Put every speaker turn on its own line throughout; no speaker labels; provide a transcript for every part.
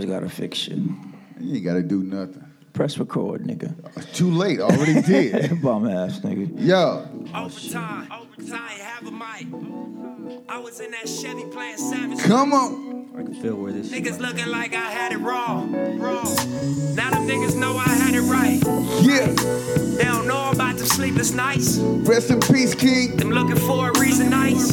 Just gotta fix shit.
You ain't got to do nothing.
Press record, nigga.
It's too late. Already did.
Bum ass, nigga.
Yo,
Overtime, overtime, have a mic. I was in that Chevy playing Savage.
come on.
I can feel where this
Niggas looking like I had it wrong. Wrong. Now them niggas know I had it right.
Yeah.
They don't know about the sleepless nights. Them
Rest in peace, King.
looking for a reason nights.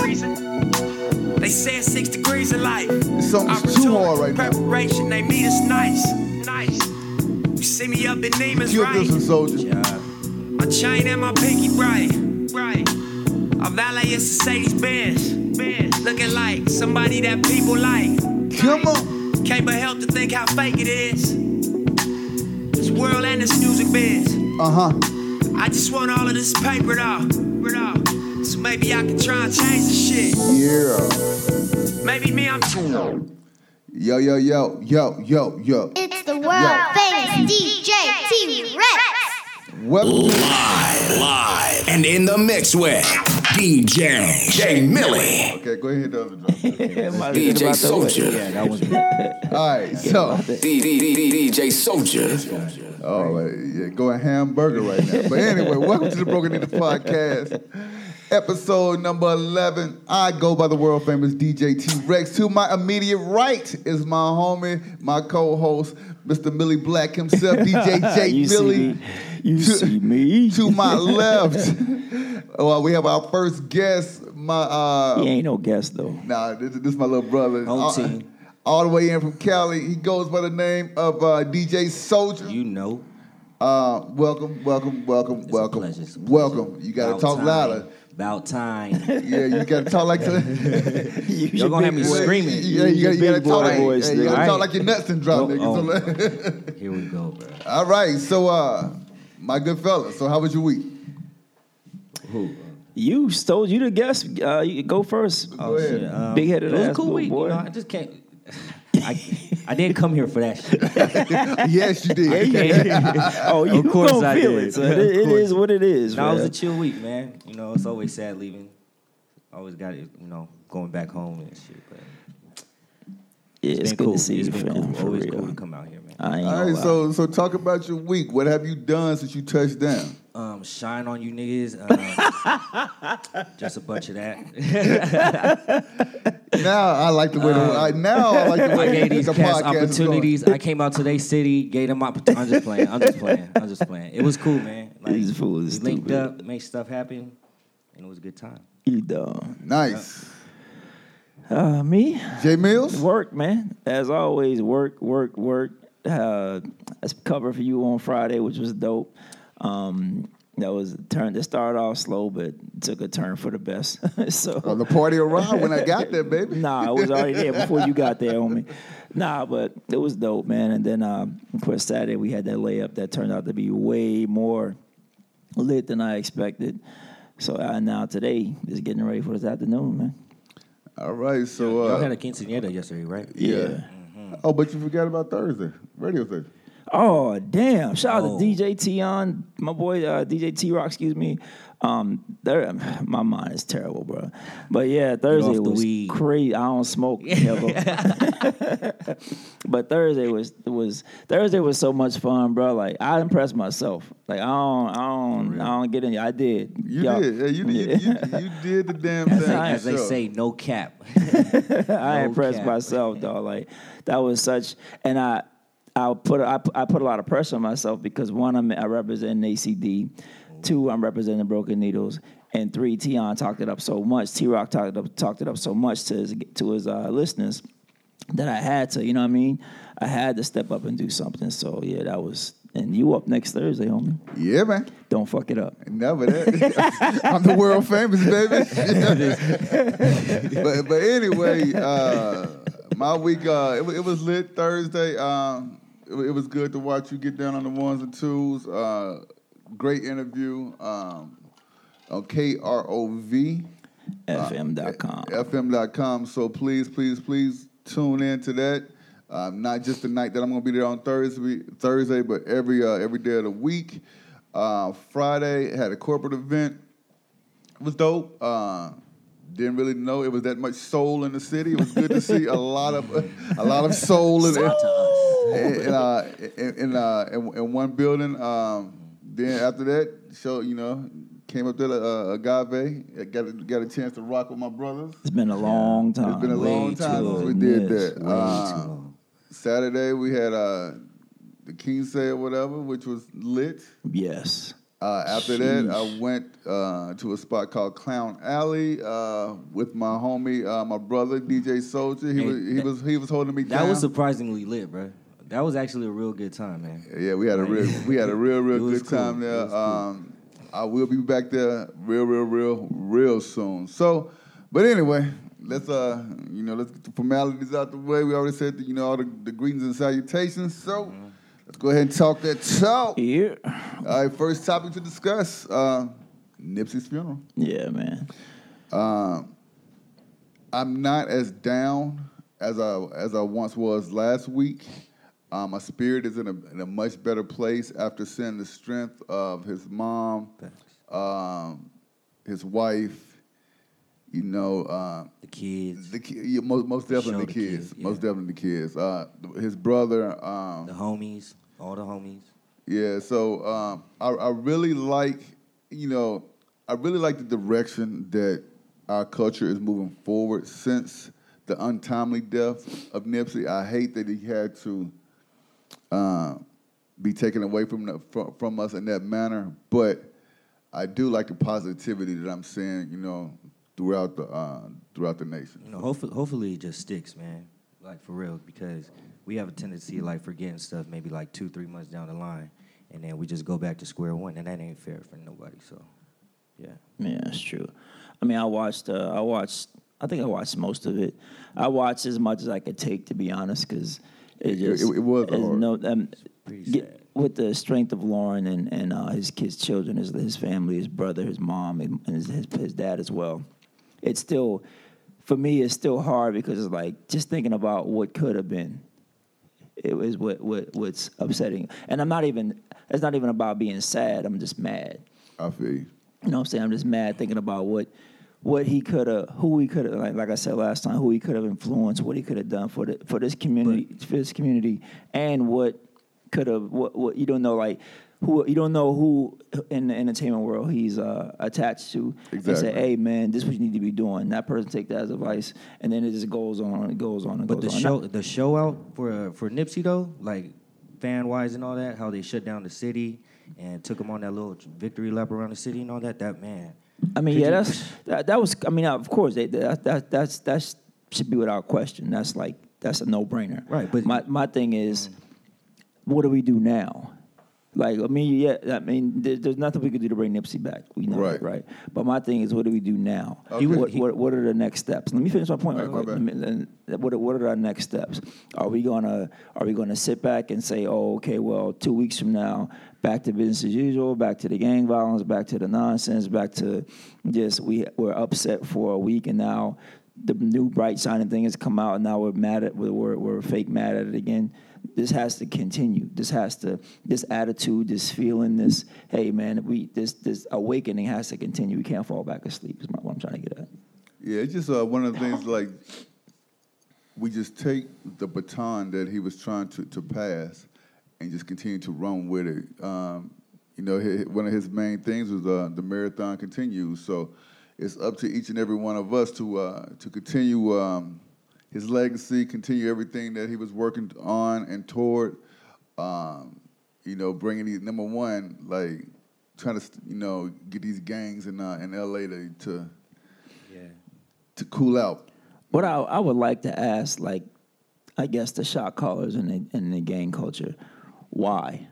They said six degrees of life.
This song is too hard right now.
preparation, they meet us nice. Nice. You see me up in Neiman's
Kill
right.
this one, soldier.
job.
My chain and my pinky bright, bright. A valet is Mercedes Benz, Benz. Looking like somebody that people like.
Come on.
Can't but help to think how fake it is. This world and this music biz.
Uh huh.
I just want all of this paper though, though. So maybe I can try and change the shit.
Yeah.
Maybe me, I'm too.
Yo, yo, yo, yo, yo, yo.
It's the world famous DJ T Rex.
Welcome.
Live, live, and in the mix with DJ J Millie,
Okay, go ahead. The other drum.
DJ Soldier,
That one's yeah,
All right. So,
DJ Soldier.
oh, uh, yeah, going hamburger right now. But anyway, welcome to the Broken Into Podcast, episode number 11. I go by the world famous DJ T Rex. To my immediate right is my homie, my co host, Mr. Millie Black himself, DJ J.
you
Millie.
See me. You see me.
to my left. well, we have our first guest. My uh,
He ain't no guest though.
nah, this, this is my little brother.
Home
all,
team.
all the way in from Cali. He goes by the name of uh, DJ Soldier.
you know.
Uh, welcome, welcome, welcome,
It's a
welcome,
pleasure, it's a pleasure.
welcome. You gotta
About
talk
time.
louder.
About time.
Yeah, you gotta talk like
Y'all gonna have me screaming.
Yeah, you gotta, you gotta
big
talk
boy
like
voice,
yeah, you gotta
nigga.
talk like your nuts and drop,
Go
nigga.
on.
So, like-
Here we go, bro.
all right, so uh, my good fella. So how was your week?
Who?
You stole you the guest. Uh, you go first.
Go ahead.
Um,
Big headed
it was a
ass
cool
little
week.
boy.
You know, I just can't. I, I didn't come here for that shit.
yes, you did.
oh, you
Of course
gonna
I
feel
did.
it. son. It-
Of
it
course.
is what it is.
No, it was
man.
a chill week, man. You know, it's always sad leaving. Always got it, you know, going back home and shit. But
yeah, it's, good
cool.
to see
It's
you,
been
fam.
cool.
For
Always
real. Uh,
cool to come out here, man.
I ain't
All
gonna
right,
lie.
so so talk about your week. What have you done since you touched down?
um, shine on you niggas. Um, just a bunch of that.
Now I like the way the I, now I like the
Uh, I
way
gave
the
these
podcast
cats
is going.
opportunities. I came out to their city, gave them opportunities. I'm just playing. I'm just playing. I'm just playing. It was cool, man. Like,
These fools
we
is
linked
stupid.
up, made stuff happen, and it was a good time.
You dumb.
Nice,
Uh, me.
Jay Mills.
Work, man. As always, work, work, work. Uh, that's cover for you on Friday, which was dope. Um, that was a turn that started off slow, but took a turn for the best. so
Oh, the party arrived when I got there, baby.
nah, I was already there before you got there, homie. Nah, but it was dope, man. And then, uh, of course, Saturday we had that layup that turned out to be way more lit than I expected. So uh, now today, just getting ready for this afternoon, man.
All right, so
Y'all had
uh,
a quinceanera yesterday, right?
yeah. Oh, but you forgot about Thursday radio Thursday.
Oh damn! Shout
Oh.
out to DJ Tion, my boy uh, DJ T Rock. Excuse me. Um, there, my mind is terrible, bro. But yeah, Thursday
off the
was
weed.
crazy. I don't smoke ever. but Thursday was was Thursday was so much fun, bro. Like I impressed myself. Like I don't, I don't, I don't get any. I did.
You
Y'all-
did. Yeah, you, you, you, you did the damn thing.
As they
yourself.
say, no cap.
I
No
impressed
cap.
myself, dog. Like that was such, and I, I put, I, put- I put a lot of pressure on myself because one, I'm, I represent ACD, two, I'm representing Broken Needles, and three, Tion talked it up so much, T Rock talked it up, talked it up so much to his to his uh, listeners that I had to, you know what I mean? I had to step up and do something. So yeah, that was. And you up next Thursday, homie?
Yeah, man.
Don't fuck it up.
Never that. I'm the world famous, baby. but but anyway, uh, my week uh, it, wa- it was lit Thursday. Um, it, wa- it was good to watch you get down on the ones and twos. Uh, great interview um, on KROV
FM.com.
fm.com. So please, please, please tune in to that. Um, not just the night that I'm going to be there on Thursday, Thursday, but every uh, every day of the week. Uh, Friday had a corporate event. It was dope. Uh, didn't really know it was that much soul in the city. It was good to see a lot of a lot of soul in
Shout out to us.
in, in, uh, in, in, uh, in, in one building. Um, then after that, show you know, came up to the uh, agave. Got a, got a chance to rock with my brothers.
It's been a long time.
It's been a
Way
long
too
time since we
long.
did
Yes.
that. Uh, Saturday we had uh, the King Say or whatever, which was lit.
Yes.
Uh, after that, I went uh, to a spot called Clown Alley uh, with my homie, uh, my brother DJ Soldier. He
Hey,
was he
that-
was he was holding me
That
down.
was surprisingly lit, bro. That was actually a real good time, man.
Yeah, we had a real we had a real
It
real
was
good time
cool. It
there.
was cool.
Um, I will be back there real real real real soon. So, but anyway, let's uh you know let's get the formalities out the way. We already said that, you know all the, the greetings and salutations. So let's go ahead and talk that talk.
Yeah.
All right, first topic to discuss: uh, Nipsey's funeral.
Yeah, man.
I'm not as down as I as I once was last week. Um, my spirit is in a, in a much better place after seeing the strength of his mom, um, his wife. You know, uh,
The kids,
the ki- yeah, most most definitely
Show
the
the
kids,
kids, yeah.
most definitely the kids. Uh, his brother, um,
the homies, all the homies.
yeah, so um, I, I really like, you know, I really like the direction that our culture is moving forward since the untimely death of Nipsey. I hate that he had to uh, be taken away from, the, from from us in that manner, but I do like the positivity that I'm seeing, you know, throughout the uh, throughout the nation.
You know, hopefully, hopefully it just sticks, man. Like for real, because we have a tendency of, like forgetting stuff maybe like two, three months down the line, and then we just go back to square one, and that ain't fair for nobody. So, yeah,
Yeah, that's true. I mean, I watched. Uh, I watched. I think I watched most of it. I watched as much as I could take, to be honest, because it just
it- it was
it's
hard.
no. Um,
pretty
get-
sad.
with the strength of Lauren and and uh, his kids, children, his his family, his brother, his mom, and and his his, his dad as well. It's still, for me, it's still hard because it's like just thinking about what could have been it was what, what what's upsetting. And I'm not even it's not even about being sad. I'm just mad.
I feel you.
You know what I'm saying? I'm just mad thinking about what what he could have, who he could have, like, like I said last time, who he could have influenced, what he could have done for the, for this community, for this community, and what could have, what, what you don't know, like who you don't know who in the entertainment world he's uh, attached to. And
Exactly.
say, hey man, this is what you need to be doing. That person take that as advice, and then it just goes on and goes on and
But the
goes on.
show, the show out for uh, for Nipsey though, like fan wise and all that, how they shut down the city and took him on that little victory lap around the city and all that. That man,
I mean,
Could
yeah,
you-
that's that, that was. I mean, of course, they, that, that that's that's should be without question. That's like that's a no brainer.
Right, but-
my my thing is, what do we do now? Like, I mean, yeah, I mean, there, there's nothing we could do to bring Nipsey back. We know
Right.
that, right? But my thing is, what do we do now?
Okay.
What, what what are the next steps? Let me finish my point.
All
real
right,
quick.
my
Let me- and what are- what are our next steps? Are we gonna are we gonna sit back and say, oh, okay, well, two weeks from now, back to business as usual, back to the gang violence, back to the nonsense, back to just we we're upset for a week, and now the new bright shining thing has come out, and now we're mad at we're we're, we're fake mad at it again. This has to continue. This has to this attitude, this feeling, this hey man, we this this awakening has to continue. We can't fall back asleep. Is my, what I'm trying to get at.
Yeah, it's just uh, one of the things like we just take the baton that he was trying to, to pass and just continue to run with it. Um, you know, hi one of his main things was uh, the marathon continues. So it's up to each and every one of us to uh, to continue um, his legacy, continue everything that he was working on and toward. Um, you know, bringing these number one, like trying to you know get these gangs in uh, in L.A. to, to
yeah.
to cool out.
What I, I would like to ask, like, I guess the shot callers in the, in the gang culture, why?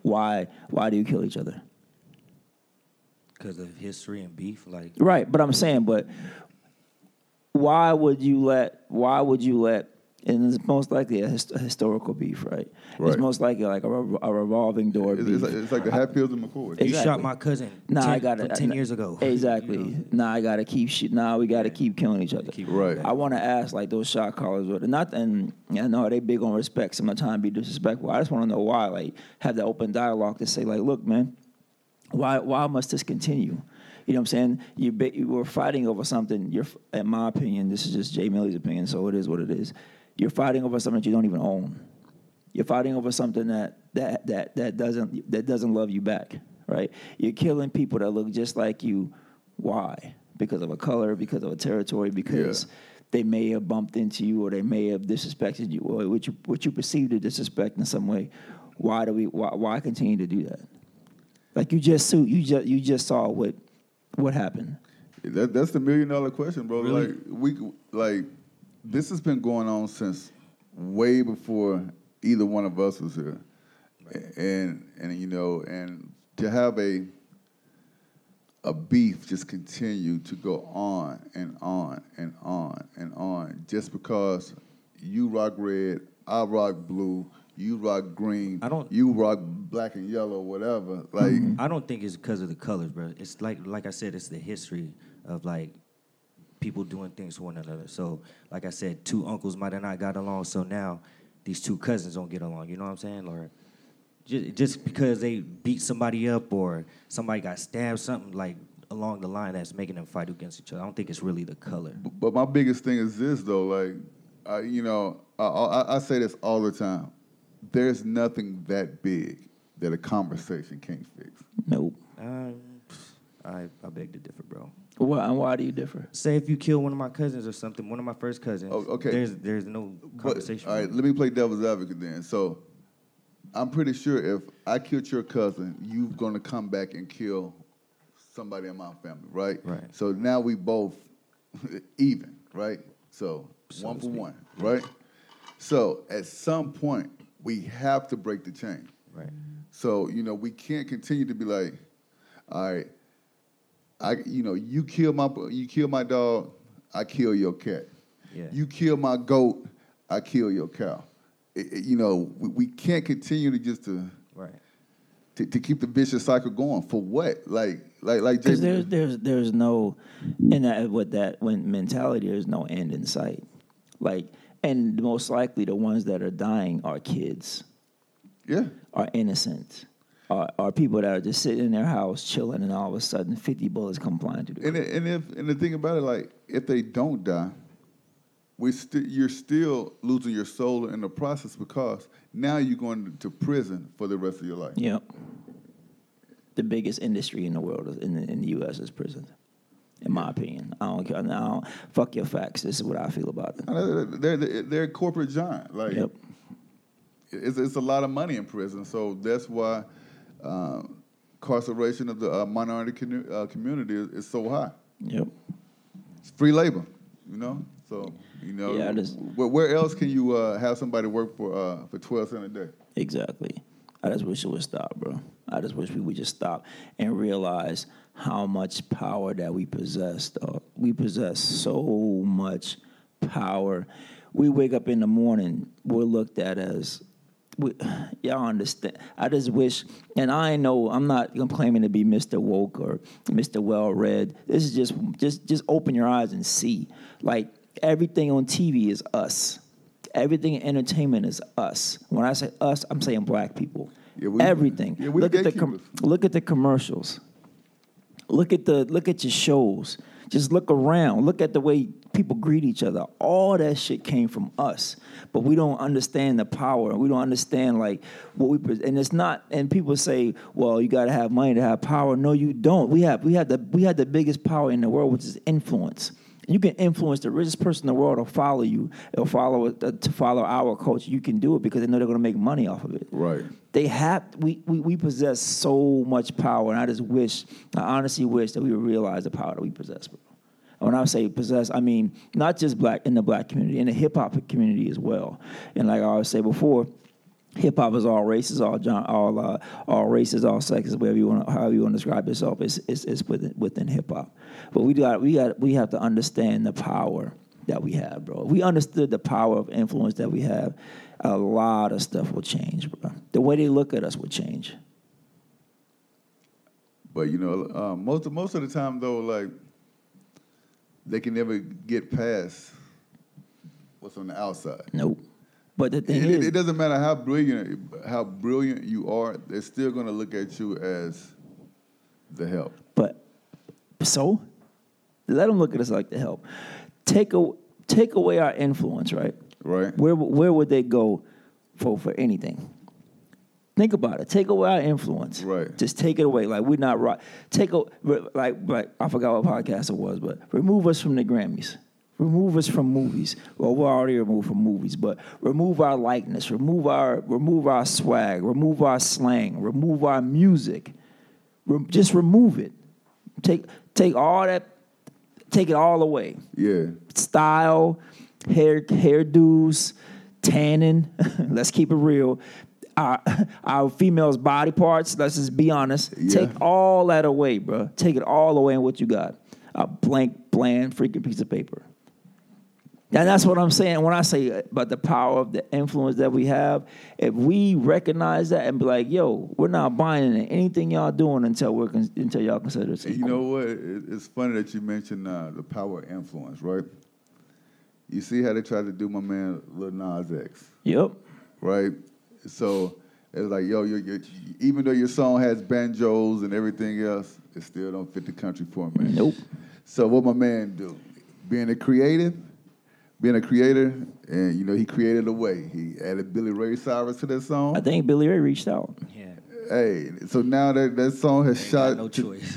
Why? Why do you kill each other?
Because of history and beef, like
Right, but I'm saying, but why would you let? Why would you let? And it's most likely a, his, a historical beef, right?
Right.
It's most likely like a, re- a revolving door
It's,
beef.
it's, like, it's like the Hatfields and McCoys.
It's-
you
Exactly.
shot my cousin.
Nah,
10,
I got
from
it.
ten years ago.
Exactly.
You know?
Nah, I gotta keep shit. Nah, we gotta keep killing each other.
Keep-
Right.
I want to ask like those shot callers, what- not and I know they big on respect. So I'm not trying to be disrespectful. I just want to know why. Like have that open dialogue to say like, look, man, why why must this continue? You know what I'm saying? You, ba- you were fighting over something. You're, f- in my opinion, this is just Jay Millie's opinion, so it is what it is. you're fighting over something that you don't even own. You're fighting over something that that that that doesn't that doesn't love you back, right? You're killing people that look just like you. Why? Because of a color, because of a territory, because they may have bumped into you or they may have disrespected you or what you what you perceive to disrespect in some way. Why do we why, why continue to do that? Like you just su- you just you just saw what what happened.
That, that's the million dollar question, bro.
Really?
Like we like this has been going on since way before either one of us was here, and and you know and to have a a beef just continue to go on and on and on and on just because you rock red, I rock blue, you rock green,
I don't- Mm-hmm.
you rock black and yellow, whatever. Like
I don't think it's because of the colors, bro. It's like like I said, it's the history of like people doing things to one another. So like I said, two uncles might have not got along, so now these two cousins don't get along. You know what I'm saying? Or just, just because they beat somebody up or somebody got stabbed, something like along the line that's making them fight against each other. I don't think it's really the color.
But my biggest thing is this though, like, I, you know, I, I, I say this all the time. There's nothing that big that a conversation can't fix.
Nope.
Um, I I beg to differ, bro.
Why and why do you differ?
Say if you kill one of my cousins or something, one of my first cousins.
Oh, okay.
There's there's no
But-
conversation.
all right, let me play devil's advocate then. So, I'm pretty sure if I killed your cousin, you're gonna come back and kill somebody in my family, right?
Right.
So now we both even, right? So,
So
one
to
for
speak.
one, right? So at some point, we have to break the chain.
Right.
So you know we can't continue to be like, all right, I you know you kill my you kill my dog, I kill your cat.
Yeah.
You kill my goat, I kill your cow. It- it- you know we, we can't continue to just to,
Right.
to to keep the vicious cycle going for what? Like like like
Because
Jay-
there's there's there's no in that with that when mentality there's no end in sight. Like and most likely the ones that are dying are kids,
yeah.
are innocent, are, are people that are just sitting in their house chilling and all of a sudden fifty bullets come flying through the
And it- and if and the thing about it, like if they don't die, we still you're still losing your soul in the process because now you're going to prison for the rest of your life.
Yep. The biggest industry in the world is in the, in the U.S. is prison, in my opinion. I don't care. I don't, fuck your facts. This is what I feel about it.
Uh, They're, they're, they're corporate giant. Like
Yep.
it's, it's a lot of money in prison, so that's why uh, incarceration of the uh, minority commu- uh, community is, is so high.
Yep.
It's free labor, you know. So you know,
Yeah, it is.
where, where else can you uh, have somebody work for uh, for twelve cents a day?
Exactly. I just wish it would stop, bro. I just wish we would just stop and realize how much power that we possess. Dog. We possess so much power. We wake up in the morning, we're looked at as. We, y'all understand. I just wish, and I know I'm not claiming to be Mr. Woke or Mr. Well Read. This is just, just, just open your eyes and see. Like everything on TV is us. Everything in entertainment is us. When I say us, I'm saying black people.
Yeah, we-
Everything.
yeah, we
look at the
gatekeepers.
look at the commercials. Look at the look at your shows. Just look around. Look at the way people greet each other. All that shit came from us, but we don't understand the power. We don't understand like what we pres- and it's not. And people say, "Well, you got to have money to have power." No, you don't. We have we have the we have the biggest power in the world, which is influence. You can influence the richest person in the world to follow you, or follow uh, to follow our culture. You can do it because they know they're going to make money off of it
Right.
they have we, we we possess so much power, and I just wish, I honestly wish that we would realize the power that we possess. Bro. And When I say possess, I mean not just black in the black community, in the hip hop community as well. And like I always say before, hip hop is all races, all gen- all uh, all races, all sexes, whatever you want, however you want to describe yourself, is is is within, within hip hop. But we got we got we have to understand the power that we have, bro. If we understood the power of influence that we have, a lot of stuff will change, bro. The way they look at us will change.
But you know, uh, most of, most of the time though, like they can never get past what's on the outside.
Nope. But the thing
It,
is,
it, it doesn't matter how brilliant how brilliant you are, they're still gonna look at you as the help.
But so, let them look at us like the help. Take a, take away our influence, right?
Right.
Where where would they go for for anything? Think about it. Take away our influence.
Right.
Just take it away. Like we're not right. Take a, re- like like I forgot what podcast it was, but remove us from the Grammys. Remove us from movies. Well, we're already removed from movies, but remove our likeness. Remove our remove our swag. Remove our slang. Remove our music. Re- just remove it. Take take all that. Take it all away
Yeah.
style, hair hairdos, tanning. let's keep it real. Our, our females' body parts. Let's just be honest.
Yeah.
Take all that away, bro. Take it all away, and what you got? A blank, bland, freaking piece of paper. And that's what I'm saying when I say about the power of the influence that we have. If we recognize that and be like, "Yo, we're not buying into anything y'all doing until we're con- until y'all consider it."
And you know what? It, it's funny that you mentioned uh, the power of influence, right? You see how they tried to do my man Lil Nas X,
Yep.
right? So it's like, yo, you you even though your song has banjos and everything else, it still don't fit the country format.
Nope.
So what my man do? Being a creative, being a creator, and you know he created a way. He added Billy Ray Cyrus to that song.
I think Billy Ray reached out.
Yeah.
Hey, so now that that song has
Ain't
shot
got no
to-
choice.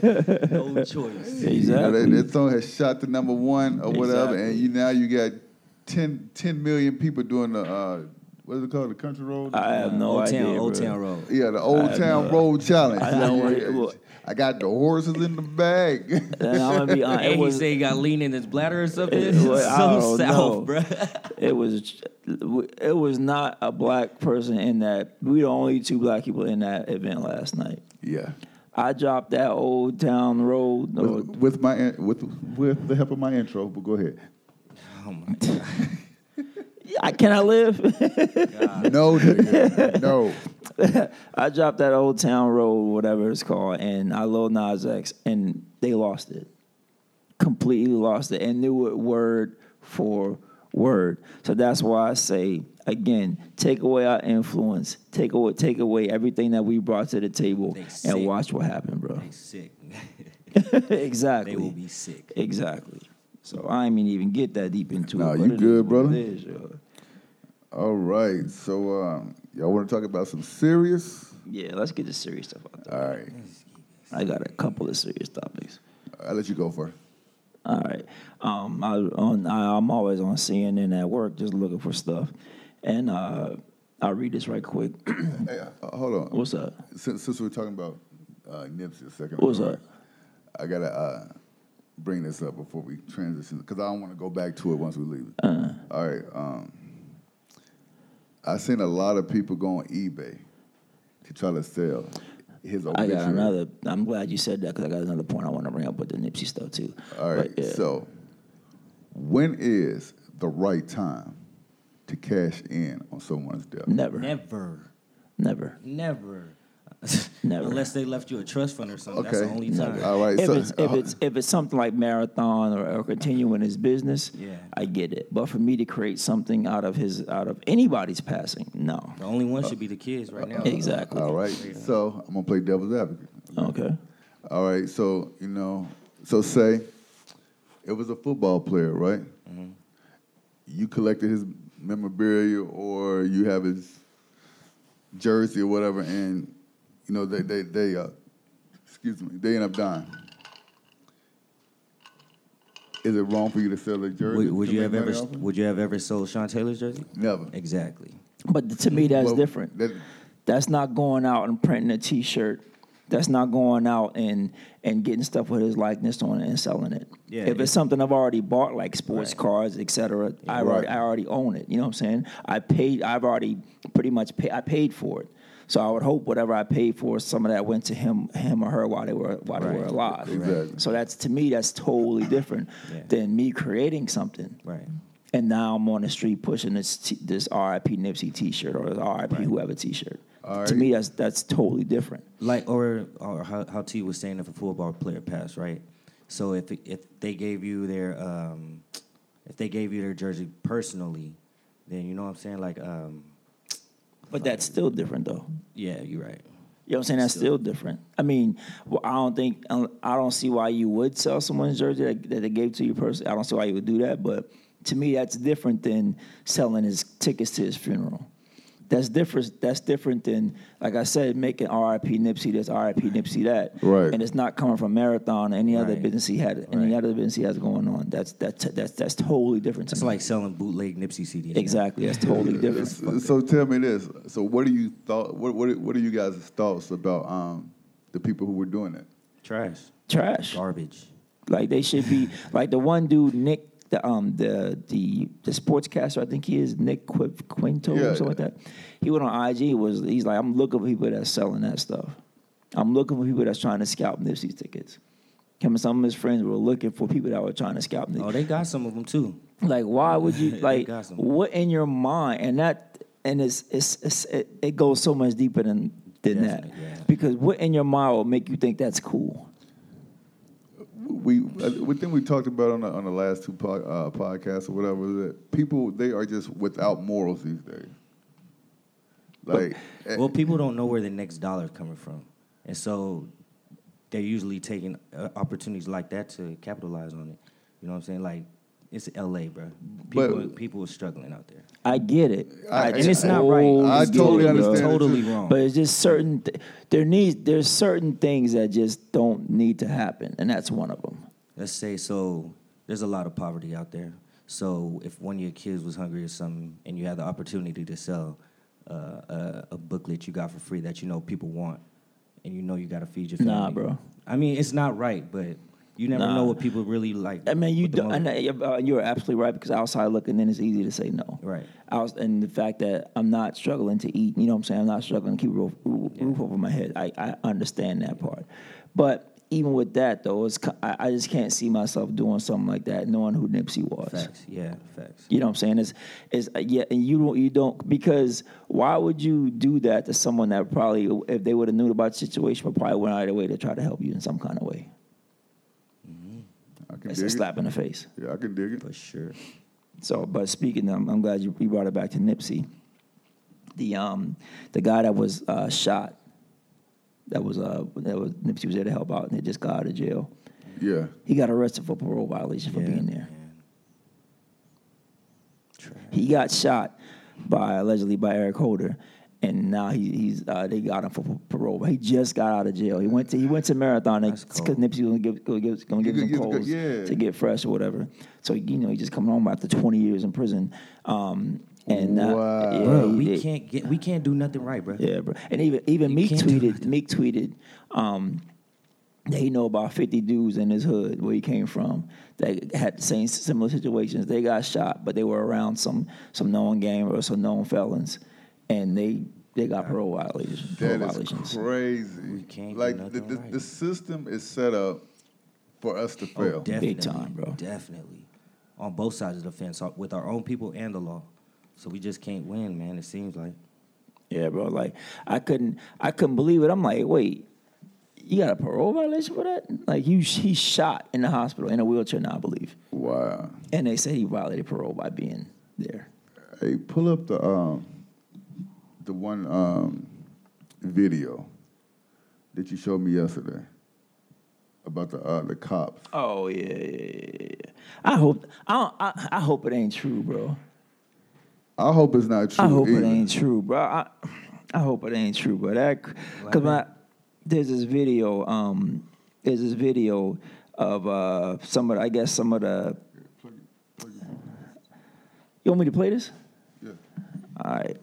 no choice.
you know,
Exactly.
that, that song has shot to number one or whatever, and you now you got 10, 10 million people doing the uh, what is it called, the country road?
I have no
Old
idea.
Town, Old
bro.
Town Road.
yeah, the Old Town Road Challenge.
I don't
Yeah,
want
yeah,
it- look.
I got the horses in the bag.
And I'm gonna be honest.
Uh, And
It
he
was,
said he got lean in his bladder or something.
It-
It's
well, I
so
don't know.
south, bruh.
it was it was not a black person in that. We the only two black people in that event last night.
yeah.
I dropped that old town road. or-
With, with my in- with with the help of my intro, but go ahead.
Oh my god.
I can I live?
No, nigga, no.
I dropped that old town road, whatever it's called, and I Lil Nas X, and they lost it. completely lost it and knew it word for word. So that's why I say again, take away our influence, take away take away everything that we brought to the table,
They
and
sick.
watch what happened, bro.
They sick.
exactly.
they will be sick.
exactly. So I ain't even get that deep into
Nah,
it. but
you
it is
good,
what it
brother?
is, yo.
All right, so um, y'all want to talk about some serious?
Yeah, let's get the serious stuff out there.
All right,
I got a couple of serious topics.
I'll let you go first.
All right. Um, I, on, I, I'm always on CNN at work, just looking for stuff, and uh, I'll read this right quick.
Hey, uh, hold on.
What's up?
Since, since we're talking about uh, Nipsey a second,
What's
ago,
up?
I gotta uh, bring this up before we transition because I don't want to go back to it once we leave.
Uh-huh.
All right. Um, I seen a lot of people go on eBay to try to sell his
I
obituary.
got another. I'm glad you said that because I got another point I want to bring up with the Nipsey stuff too.
All right.
But, yeah.
So, when is the right time to cash in on someone's death?
never, never,
Never.
never.
Never.
Never.
Unless uh, they left you a trust fund or something. That's the
Okay.
only time.
All right.
If
so,
it's if it's if it's something like marathon or, or continuing his business,
Yeah.
I get it. But for me to create something out of his out of anybody's passing, no,
The only one should be the kids right now.
exactly.
Uh, all right. So I'm gonna play devil's advocate.
Okay.
All right, so you know, so say it was a football player, right?
Mm-hmm.
You collected his memorabilia, or you have his jersey or whatever, and you know they they they uh, excuse me, they end up dying. Is it wrong for you to sell the jersey?
Would, would
to
you
make
have
money
ever
off it?
would you have ever sold Sean Taylor's jersey?
Never.
Exactly.
But to me, that's
Well,
different.
that-
That's not going out and printing a T-shirt. That's not going out and and getting stuff with his likeness on it and selling it.
Yeah,
if
it-
it's something I've already bought, like sports
Right.
cards, etc., I already
Right.
I already own it. You know what I'm saying? I paid. I've already pretty much pay, I paid for it. So I would hope whatever I paid for, some of that went to him, him or her while they were while they were
Right.
alive.
Exactly.
So that's to me, that's totally different
Yeah.
than me creating something
Right.
and now I'm on the street pushing this t- this RIP Nipsey T-shirt or this RIP whoever T-shirt.
All
To
right.
me, that's that's totally different.
Like or or how, how T was saying if a football player passed, right? So if if they gave you their um, if they gave you their jersey personally, then you know what I'm saying. Like um,
But that's still different, though.
yeah, you're right.
You know what I'm saying? That's still, different. I mean, well, I don't think I don't see why you would sell someone's jersey that, that they gave to you personally. I don't see why you would do that, but To me, that's different than selling his tickets to his funeral. That's different. That's different than, like I said, making R.I.P. Nipsey this, R.I.P. Nipsey that.
Right.
And it's not coming from Marathon or any other
Right.
business he had, any
Right.
other business he has going on. That's that's that's that's totally different. To
It's
me.
like selling bootleg Nipsey CDs.
exactly. That's totally different.
So, so tell me this. So what do you thought? What what what are you guys' thoughts about um, the people who were doing it?
Trash.
Trash.
Garbage.
Like they should be like the one dude Nick the um the the the sportscaster I think he is Nick Quip Quinto
Yeah,
or something like that. He went on IG he was he's like I'm looking for people that's selling that stuff. I'm looking for people that's trying to scalp Nipsey's tickets. Him and some of his friends were looking for people that were trying to scalp Nipsey.
Oh, they got some of them too.
Like, why would you
They
like?
got some.
What in your mind? And that, and it's it's, it's it, it goes so much deeper than than that.
Definitely, yeah.
Because what in your mind will make you think that's cool?
We I we think we talked about on the, on the last two po- uh, podcasts or whatever that people they are just without morals these days. Like eh,
Well, people don't know where the next dollar is coming from, and so they're usually taking uh, opportunities like that to capitalize on it. You know what I'm saying? Like it's L.A., bro. People,
But-
people are struggling out there,
I get it,
I-
and it's not right.
totally
I
It's
get it,
totally
bro.
understand it,
Totally
too.
wrong.
But it's just certain. Th- there needs there's certain things that just don't need to happen, and that's one of them.
let's say so there's a lot of poverty out there so if one of your kids was hungry or something and you had the opportunity to sell uh, a, a booklet you got for free that you know people want and you know you got to feed your family
Nah, bro.
i mean it's not right but you never know what people really like
I mean, you
what the
do, and,
motive-
uh, you're absolutely right because outside looking in, it's easy to say no.
Right.
I was, and the fact that I'm not struggling to eat, you know what I'm saying? I'm not struggling to keep a roof, roof over my head. I, I understand that part. But even with that, though, it's, ki- I, I just can't see myself doing something like that, knowing who Nipsey was.
facts yeah facts
You know what I'm saying? It's, it's uh, yeah, and you don't, you don't, because why would you do that to someone that probably, if they would have knew about the situation, would probably went out of their way to try to help you in some kind of way?
I can
It's
dig
a
it.
slap in the face.
Yeah, I can dig it.
for sure
So, but speaking, of, I'm glad you, you brought it back to Nipsey. The um, the guy that was uh, shot, that was uh, that was Nipsey was there to help out, and they just got out of jail.
Yeah.
He got arrested for parole violation for
yeah,
being there.
man. Trash.
He got shot by allegedly by Eric Holder, and now he, he's uh, they got him for p- parole. But he just got out of jail. He went to he went to Marathon
That's
because
cold.
Nipsey was gonna give gonna give, gonna give
You
him
could- you could-
clothes
yeah.
to get fresh or whatever. So you know he just coming home after 20 years in prison. Um, and uh,
Wow.
yeah,
bro
he-
we
they-
can't get we can't do nothing right bro
yeah, bro. And even even
You
Meek
can't do
tweeted
nothing.
Meek tweeted um, that he know about fifty dudes in his hood where he came from that had the same similar situations. They got shot, but they were around some some known gang or some known felons, and they they got parole violations. Parole
That is
violations.
crazy. We
can't do
like the,
nothing
the,
right.
the system is set up for us to
Oh,
fail.
definitely,
time, bro.
Definitely, on both sides of the fence, uh, with our own people and the law. So we just can't win, man. It seems like
Yeah, bro. Like I couldn't I couldn't believe it. I'm like, wait. You got a parole violation for that? Like you, he shot in the hospital in a wheelchair. Now I believe,
wow.
and they said he violated parole by being there.
Hey, pull up the um, the one um, video that you showed me yesterday about the uh, the cops.
Oh yeah, yeah, yeah, yeah, yeah. I hope I, don't- I I hope it ain't true, bro.
I hope it's not true.
I hope it
either.
ain't true, bro. I I hope it ain't true, bro. That because my there's this video um there's this video of uh some of the- I guess some of the you want me to play this?
Yeah.
All right.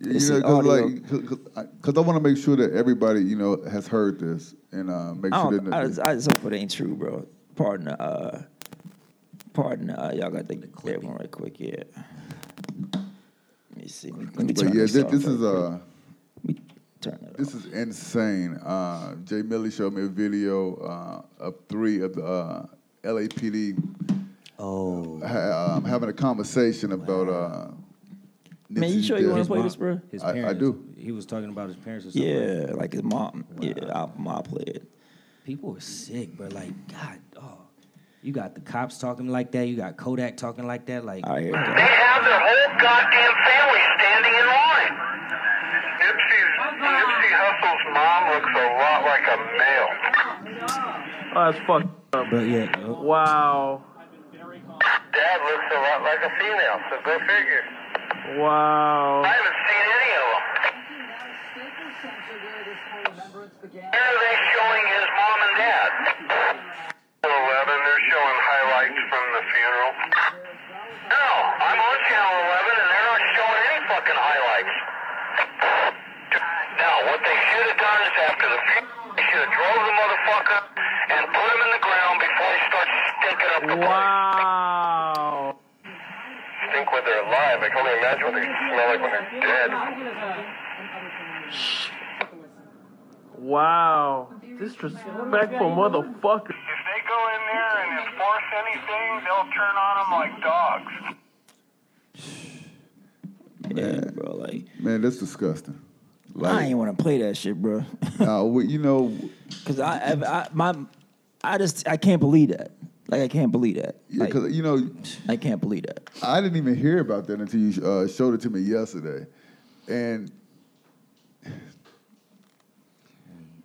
You
It's
know,
an
'cause,
audio.
like, cause, 'cause I, want to make sure that everybody, you know, has heard this and uh, make
I,
sure
don't,
that.
I, just, I just hope it ain't true, bro. Pardon the, uh, pardon the, uh, y'all got the clip one right quick, yeah. Let me see. Let me
but
turn
yeah,
this,
this,
off
this
right
is
quick.
uh,
Let me turn it
this is insane. Uh, Jay Millie showed me a video uh, of three of the uh, LAPD
oh,
ha- um, having a conversation about. Uh,
Man, you
Nipsey's
sure you wanna
death.
play this, bro?
His
I- I
parents.
do.
He was talking about his parents or something.
Yeah, like his mom. Yeah, I'll, I'll play it.
people are sick, bro. Like God, oh, you got the cops talking like that. You got Kodak talking like that. Like
All right, here we go.
They have their whole goddamn family standing in line. Nipsey's, Nipsey Hussle's mom looks a lot like a male.
Oh, that's fucked up.
bro, yeah, oh,
Wow.
Dad looks a lot like a female, so go figure.
Wow.
I haven't seen any of them. Where are they showing his mom and dad? 11, they're showing highlights from the funeral. No, I'm on Channel 11 and they're not showing any fucking highlights. Now, what they should have done is after the funeral, they should have drove the motherfucker and put him in the ground before he starts stinking up the place
Wow.
think when they're alive. I can only imagine what they smell like when they're dead.
Wow. Disrespectful motherfucker.
If they go in there and enforce anything, they'll turn on them like dogs.
Yeah, bro. Like
Man, that's disgusting.
I
Like,
ain't want to play that shit, bro.
uh, we- you know,
Cause I, I, I, my, I just I can't believe that. Like I can't believe that. Like,
because you know,
I can't believe that.
I didn't even hear about that until you uh, showed it to me yesterday, and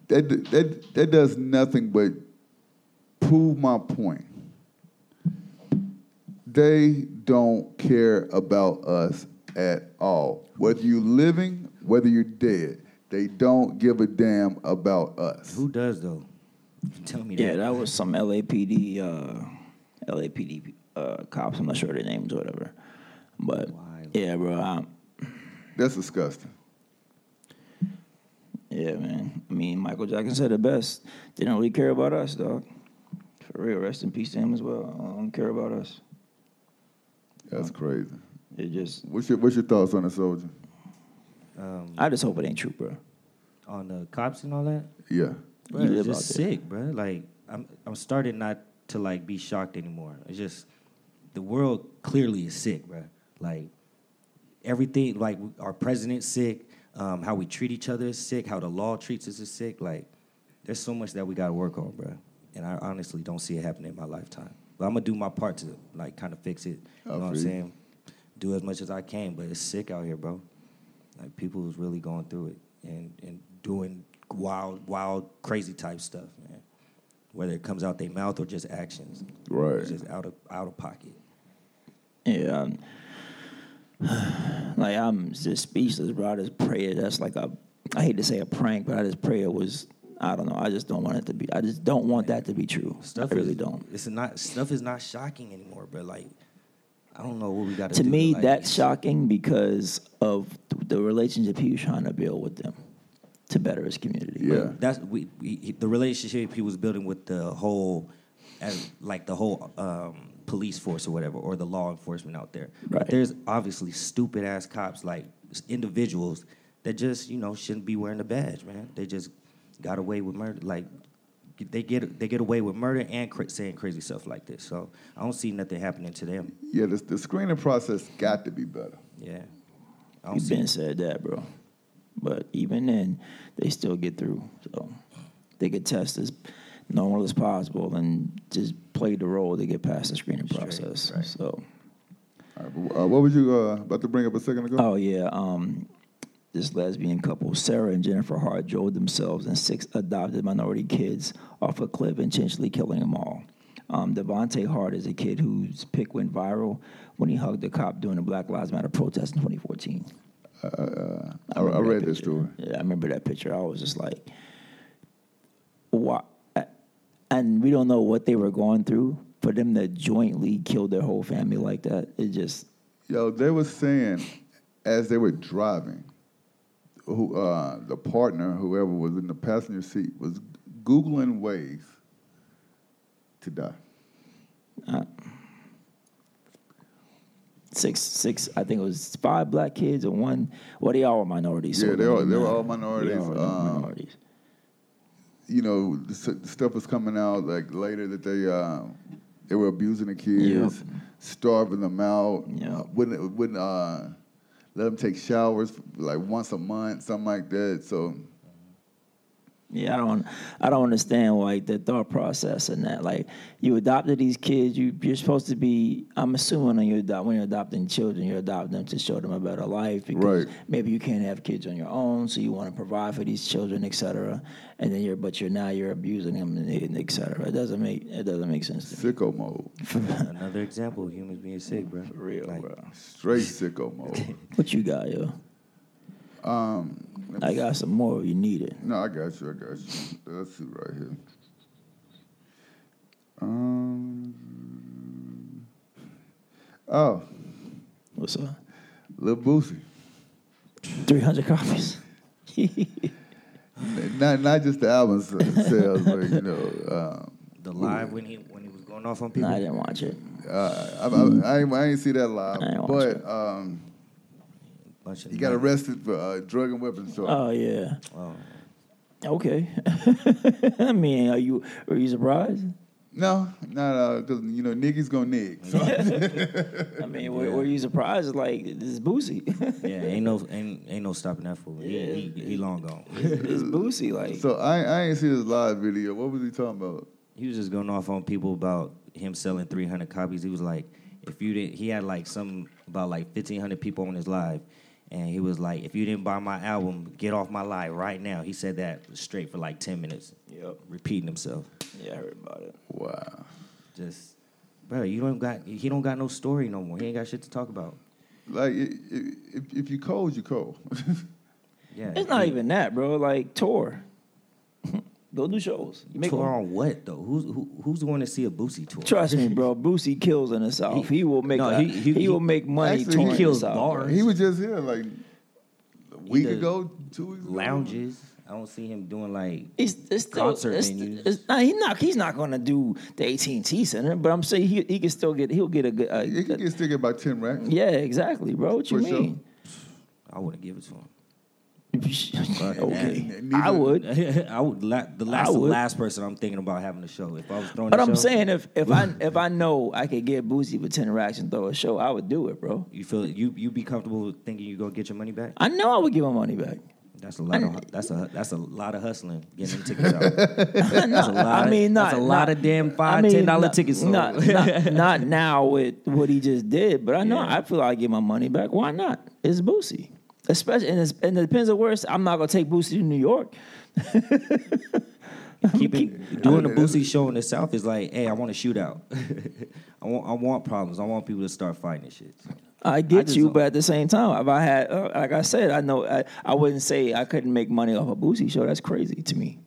that that that does nothing but prove my point. They don't care about us at all. Whether you're living, whether you're dead, they don't give a damn about us.
Who does though? Tell me
Yeah,
that.
that was some LAPD, uh, LAPD uh, cops. I'm not sure their names or whatever. But
Wild.
yeah, bro. i
That's disgusting.
yeah, man. I mean, Michael Jackson said it best. They don't really care about us, dog. For real. Rest in peace to him as well. I don't care about us.
That's crazy.
It just.
What's your what's your thoughts on the soldier?
Um,
I just hope it ain't true, bro.
on the cops and all that.
Yeah.
Bro,
You
it's
live
just
out there.
sick, bro. Like I'm, I'm starting not to like be shocked anymore. It's just the world clearly is sick, bro. Like everything, like our president's sick. Um, how we treat each other is sick. How the law treats us is sick. Like there's so much that we gotta work on, bro. And I honestly don't see it happening in my lifetime. But I'm gonna do my part to like kind of fix it. You
I
Oh,
know what I'm
feel you.
saying? Do as much as I can, but it's sick out here, bro. Like people is really going through it and, and doing wild, wild, crazy type stuff, man. Whether it comes out their mouth or just actions,
Right.
It's just out of out of pocket.
Yeah. I'm- like I'm just speechless, bro. I just pray that's like a I hate to say a prank, but I just pray it was I don't know. I just don't want it to be I just don't want that to be true. I really
is,
don't.
It's not stuff is not shocking anymore, but like I don't know what we got
To
do
me,
like,
that's shocking because of th- the relationship he was trying to build with them to better his community.
Yeah.
That's we, we he- the relationship he was building with the whole, as, like the whole um, police force or whatever, or the law enforcement out there.
Right.
But there's obviously stupid ass cops, like s- individuals that just you know shouldn't be wearing the badge, man. They just got away with murder, like. They get they get away with murder and cra- saying crazy stuff like this, so I don't see nothing happening to them.
Yeah, the, the screening process got to be better.
Yeah, I don't
You've
see
been said that, bro. But even then, they still get through. So they could test as normal as possible and just play the role to get past the screening process.
right.
So,
All right, but, uh, what was you uh, about to bring up a second ago?
oh yeah, um, this lesbian couple, Sarah and Jennifer Hart, drove themselves and six adopted minority kids off a cliff, intentionally killing them all. Um, Devontae Hart is a kid whose pic went viral when he hugged a cop during the Black Lives Matter protest in 2014.
I, I
remember
read
that
this
picture.
story.
Yeah, I remember that picture. I was just like, "Why?" And we don't know what they were going through. For them to jointly kill their whole family like that, it just
Yo, they were saying as they were driving, who uh, the partner, whoever was in the passenger seat, was googling ways to die.
six six. I think it was five black kids and one. Well, they all were minorities. so
Yeah,
it
they
don't
all-
really
they were
matter.
all minorities,
They all were
um,
minorities.
You know, the, s- the stuff was coming out like later that they uh, they were abusing the kids,
Yep.
starving them out.
Yep.
uh, Wouldn't wouldn't uh, let them take showers like once a month, something like that. So
Yeah, I don't, I don't understand like the thought process and that. Like, you adopted these kids, you you're supposed to be. I'm assuming when you're adopt, when you're adopting children, you're adopting them to show them a better life because
Right.
maybe you can't have kids on your own, so you want to provide for these children, et cetera. And then you're, but you're now you're abusing them, and et cetera. It doesn't make it doesn't make sense to me.
Sicko mode.
Another example of humans being sick, bro. For
real,
like,
bro.
Straight sicko mode.
What you got, yo? Um, I got some more if you need it.
No, I got you. I got you. Let's see right here. Um. Oh,
What's up?
Lil Boosie.
Three hundred copies.
Not not just the album s- sales, but you know,
The live when he when he was going off on people.
nah, I didn't watch it.
um, uh, I, I, I, ain't, I ain't see that live.
I ain't watch
But
it.
um,
bunch of
he got
nice-
arrested for uh, drug and weapons charge.
Oh yeah.
Oh.
Okay. I mean, are you are you surprised?
no, no, no, because you know niggas gonna nig. So,
I mean, were, were you surprised? Like this is Boosie.
Yeah, ain't no ain't ain't no stopping that fool. He, he, he long gone.
it's Boosie. Like
so I, I ain't see this live video. What was he talking about?
He was just going off on people about him selling 300 copies. He was like, if you didn't, he had like some about like 1,500 people on his live, and he was like, if you didn't buy my album, get off my live right now. He said that straight for like 10 minutes,
Yep.
repeating himself.
yeah, I heard about it.
Wow.
Just, bro, you don't got he don't got no story no more. He ain't got shit to talk about.
Like i- i- if if you cold, you cold.
Yeah,
It's not
he-
even that, bro. Like tour. Go do shows. You make
tour
one.
on what though? Who's who, who's going to see a Boosie tour?
Trust me, bro. Boosie kills in the south. He, will make
No,
a-
he-
he,
he-
will make money.
Actually, he
touring the
kills
South,
bars.
bro.
he was just here like a week
does
ago, two weeks ago.
Lounges. I don't see him doing like
It's, it's still,
Concert
it's,
venues.
It's, nah, he not, he's not going to do the AT and T Center, but I'm saying he, he can still get. He'll get a good. a-
It could get sticky about ten racks.
yeah, exactly, bro. What you
For sure.
mean?
I wouldn't give it to him.
okay,
Neither-
I would.
I would la- the last the
would.
last person I'm thinking about having a show. If I was throwing,
But
a
I'm
show,
saying if if I if I know I could get Boosie with ten racks and throw a show, I would do it, bro.
you feel you you be comfortable with thinking you gonna get your money back.
I know I would give my money back.
That's a lot of hu- that's a that's a lot of hustling getting them tickets out. that's a lot.
I mean, not
that's a lot
not-
of damn five
I mean,
ten dollar
not-
tickets. Sold.
Not, not not now with what he just did, but I know
Yeah.
I feel I get my money back. Why not? It's Boosie, especially and, it's, and it depends on where. It's, I'm not gonna take Boosie to New York.
Keeping doing the Boosie show in the South is like, hey, I want a shootout. I want I want problems. I want people to start fighting and shit.
I get
just
you,
don't-
but at the same time, if I had, uh, like I said, I know I, I wouldn't say I couldn't make money off a Boosie show. That's crazy to me.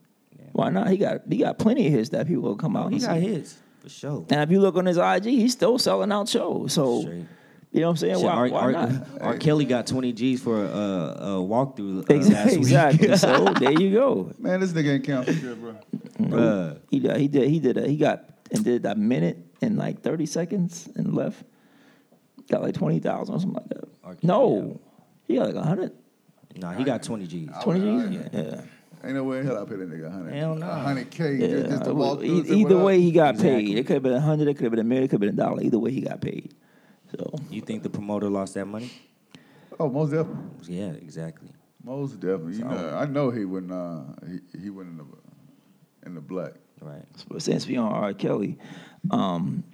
Why not? He got he got plenty of hits that people will come out.
Oh, He
and
got
see.
his for sure.
And if you look on his IG, he's still selling out shows. So
Straight.
you know what I'm saying?
Shit,
Why,
R,
why
R-
not?
R. Kelly got 20 G's for a, a walkthrough uh, last
Exactly.
week.
exactly. so there you go.
Man, this nigga ain't count for shit, bro.
Bruh.
He did. He did. He did. A, he got and did a minute and like thirty seconds and left. Got like twenty thousand or something like that.
R. Kelly,
No, he got like a hundred.
Nah, he got 20 G's.
Twenty G's? Yeah.
Ain't no way in hell I paid that nigga a hundred.
Hell no.
A hundred K
yeah.
just, just to
Well,
walk
e-
through. and say
either
what
way,
up.
he got
Exactly.
paid. It could have been a hundred. It could have been a minute. It could have been a dollar. Either way, he got paid. So
You think the promoter lost that money?
Oh, most definitely.
Yeah, exactly.
Most definitely. You know, I know he wouldn't uh he, he went in the in the black.
Right.
but since we on R. Kelly, um,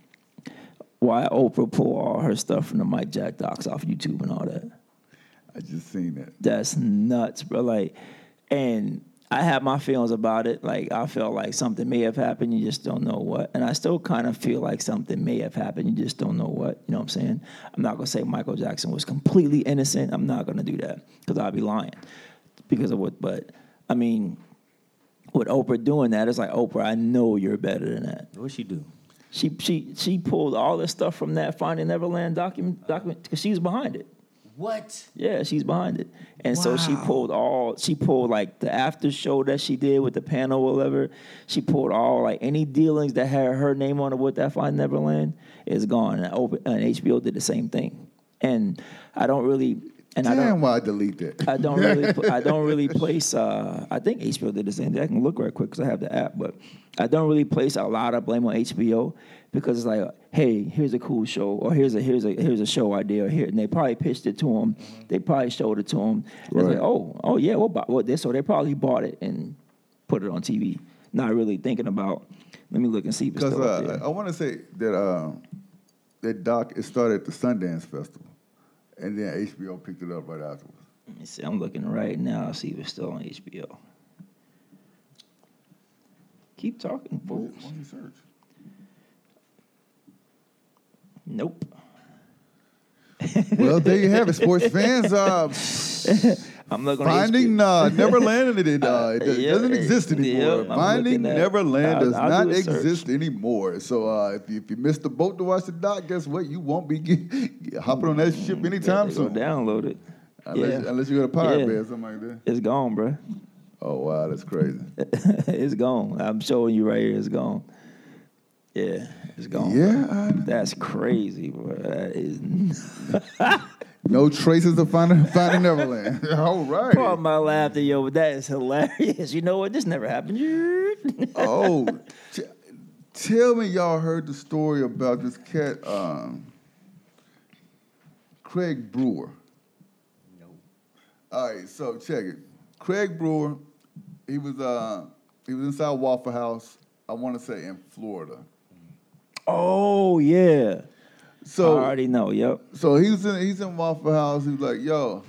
why Oprah pull all her stuff from the Mike Jack docs off YouTube and all that?
I just seen that.
That's nuts, bro. Like, and I had my feelings about it. Like, I felt like something may have happened. You just don't know what. And I still kind of feel like something may have happened. You just don't know what. You know what I'm saying? I'm not going to say Michael Jackson was completely innocent. I'm not going to do that because I'll be lying because of what. But, I mean, with Oprah doing that, it's like, Oprah, I know you're better than that.
What'd she do?
She, she, she pulled all this stuff from that Finding Neverland document document because she was behind it.
What?
Yeah, she's behind it. And so she
Wow.
pulled all she pulled like the after show that she did with the panel or whatever. She pulled all like any dealings that had her name on it with that Find Neverland is gone. And, open, and HBO did the same thing. And I don't really and I
Damn
don't
why I delete that.
I don't really pl- I don't really place uh I think HBO did the same thing. I can look right quick because I have the app, but I don't really place a lot of blame on HBO because it's like, hey, here's a cool show or here's a here's a here's a show idea or here and they probably pitched it to them. They probably showed it to them. It's
Right.
like, oh, oh yeah, we'll buy well, this so they probably bought it and put it on TV, not really thinking about. Let me look and see if it's
Because
still up there.
uh, I want to say that uh, that doc it started at the Sundance Festival, and then HBO picked it up right afterwards.
Let me see. I'm looking right now. to See if it's still on HBO. Keep talking,
What
fools.
did- what did you search?
Nope.
Well, there you have it, sports fans. Uh,
I'm looking. at HBO.
Finding uh, Neverland, it, it, uh, it
Yeah,
doesn't exist
yeah,
anymore.
I'm
Finding
looking at-
Neverland
I'll-
does
I'll
not
do a search.
exist anymore. So uh, if, you, if you missed the boat to watch the doc, guess what? You won't be get, hopping on that ship
Yeah,
anytime
they gonna
soon.
Download it.
Unless,
yeah.
unless you go to Pirate
Yeah.
Bay or something like that.
It's gone, bro.
Oh wow, that's crazy.
it's gone. I'm showing you right here. It's gone. Yeah, it's gone.
Yeah,
bruh.
I-
that's crazy, bro. That is.
no traces of Finding, finding Neverland. All right.
Pardon my laughter, yo, but that is hilarious. You know what? This never happened.
oh, t- tell me y'all heard the story about this cat, um, Craig Brewer.
No.
All right, so check it. Craig Brewer, he was uh, he was inside Waffle House. I want to say in Florida.
oh yeah.
So
I already know. Yep.
so he was in he's in Waffle House. He was like, "Yo,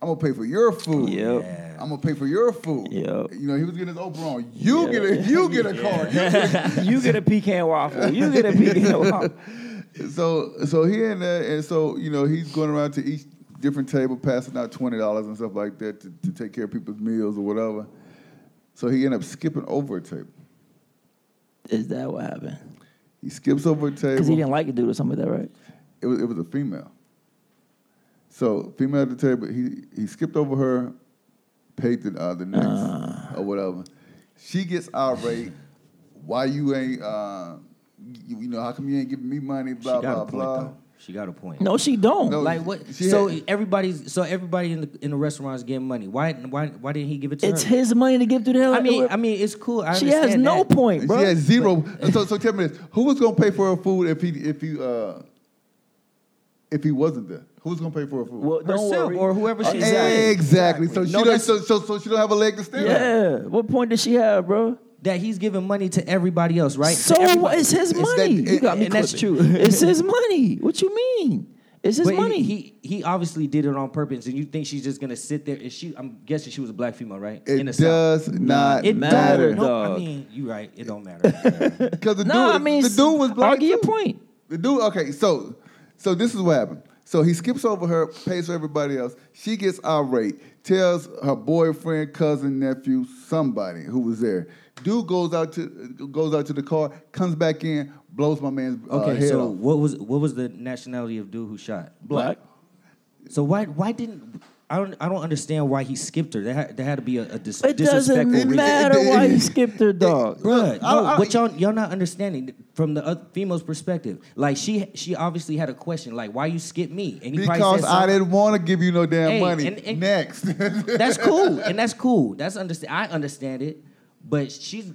I'm gonna pay for your food.
Yep.
Yeah.
I'm gonna pay for your food.
Yep.
You know, he was getting his Oprah on. You get a you get a card. You get a
you get a pecan waffle. You get a pecan waffle.
so so he and there, and so you know he's going around to each different table, passing out twenty dollars and stuff like that to, to take care of people's meals or whatever. So he ended up skipping over a table.
Is that what happened?
He skips over a table.
Because he didn't like the dude or something like that, right?
it was it was a female. So female at the table, he he skipped over her, paid the uh, the next or whatever. She gets outraged. Why you ain't uh, you, you know how come you ain't giving me money?
She
Blah
got a
blah
point
blah.
though. She got a point.
No, she don't.
No,
Like what?
She
So
had-
everybody's so everybody in the in the restaurant's getting money. Why why why didn't he give it to
it's
her?
his money to give to the hell.
I mean I mean it's cool. I
she has
understand
no
that.
point, bro.
She had zero. so, so tell me this: Who was gonna pay for her food if he if he uh, if he wasn't there? Who's gonna pay for her food?
well, don't
Herself
worry.
or whoever she's
exactly.
with.
So she
No,
don't,
that's-
so, so so she don't have a leg to stand on.
Yeah. What point does she have, bro?
That he's giving money to everybody else, right? To
So what?
everybody.
It's his money.
that-
you got me
and that's
clipping.
true.
it's his money. What you mean? It's his
But he-
money.
He, he obviously did it on purpose, and you think she's just gonna sit there? Is she? I'm guessing she was a black female, right?
It
in the South.
does not
It
matter
don't.
No, I
dog.
mean, you're right. It don't matter.
because the dude
no, I mean
the dude was black.
Argue your
too.
point.
The dude. Okay, so so this is what happened. So he skips over her, pays for everybody else. She gets irate, tells her boyfriend, cousin, nephew, somebody who was there. Dude goes out to goes out to the car, comes back in, blows my man's uh,
okay,
head
so
off.
what was what was the nationality of dude who shot?
Black.
So why why didn't I don't I don't understand why he skipped her? There had, there had to be a, a dis-
It
disrespectful
doesn't
reason.
matter
It- it-
why
it-
he skipped her dog.
Bruh,
I don't- I
no,
don't-
what y'all y'all not understanding from the other female's perspective. Like she she obviously had a question like why you skip me? And he probably
Because
said
I
something-
didn't want to give you no damn
Hey,
money.
and- and-
Next.
That's cool, and that's cool. That's understand. I understand it, but she's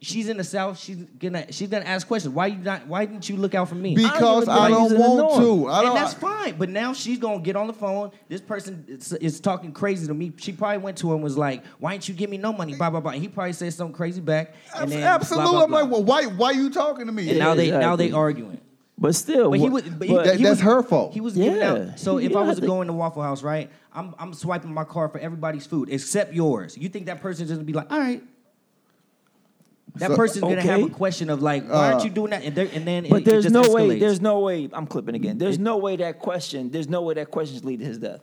she's in the south. She's gonna she's gonna ask questions. Why you not? Why didn't you look out for me?
because I
Like,
don't
he's in the north.
want to. I don't.
and that's fine. But now she's gonna get on the phone. This person is, is talking crazy to me. She probably went to him and was like, "Why didn't you give me no money?" Blah blah blah. And he probably said something crazy back. And then blah,
absolutely.
blah,
I'm
blah.
like, well, why? Why you talking to me?
and now they now
Exactly.
they arguing.
But still,
But he
wh-
was. But he,
but-
That-
he
that's
was-
her fault.
He was giving
Yeah.
out. So
You
if I
don't
was
have to-
going to Waffle House, right, I'm I'm swiping my card for everybody's food except yours. You think that person's just gonna be like, all right? That
So- Uh,
person's gonna have
Okay.
a question of like, why aren't you doing that? And, there- and then it-
But
it
there's
just
no
escalates.
way. There's no way. I'm clipping again. There's no way that question. There's no way that questions lead to his death.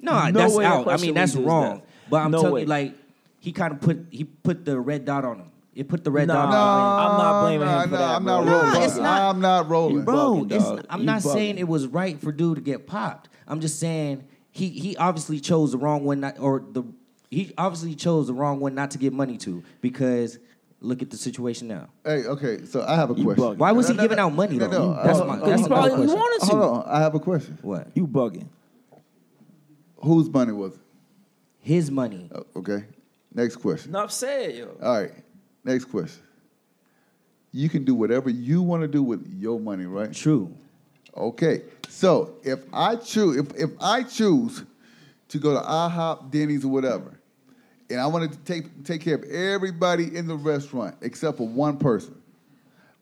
no,
no
that's
way that
out. I
question
mean, that's
leads to his
wrong.
death.
But I'm
No
telling
way.
you, like, he kind of put he put the red dot on him. It put the red
Nah,
dot on him.
I'm not blaming
nah,
him for
nah,
that.
I'm
bro.
not rolling.
it's not.
I'm not rolling.
Bro,
bugging,
it's,
dog.
I'm
You
not
bugging.
saying it was right for dude to get popped. I'm just saying he he obviously chose the wrong one, not, or the he obviously chose the wrong one not to give money to because look at the situation now.
Hey, okay. So I have a
You
question.
bugging.
Why was
No,
he
no,
giving
no,
out money
no,
though?
no, uh,
That's
hold
my
on,
that's
he
my
probably
question.
wanted to.
Hold on. I have a question.
What
You bugging.
Whose money was it?
his money?
Oh, okay. Next question.
Enough said, yo.
All right. Next question. You can do whatever you want to do with your money, right?
True.
Okay. So if I choose, if, if I choose to go to IHOP, Denny's, or whatever, and I wanted to take take care of everybody in the restaurant except for one person.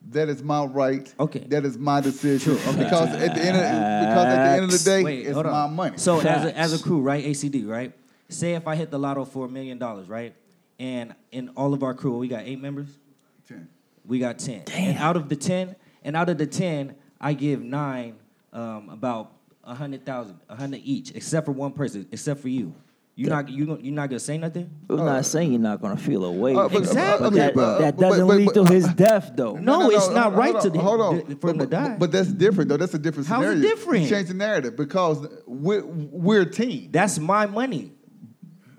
That is my right.
Okay.
That is my decision. Because at the end of because at the end of the day,
Wait,
it's
hold
my
on.
money.
So as a,
Facts.
as a crew, right? ACD, right? Say if I hit the lotto for a million dollars, right? And in all of our crew, we got eight members.
Ten.
We got ten. And out of the ten, and out of the ten, I give nine um, about a hundred thousand, a hundred each, except for one person, except for you. You not you gon- you not gonna say nothing?
I'm not saying you're not gonna feel a way.
Uh, but-
Exactly.
okay,
that,
but-
that
but-
doesn't
but-
lead
but-
to his death, though.
No, it's not
hold
right
on,
to the-
hold on.
the- for him
but, but-
to die.
But that's different though. That's a different
How's it
scenario.
different?
You change the narrative because we're we're a team.
That's my money.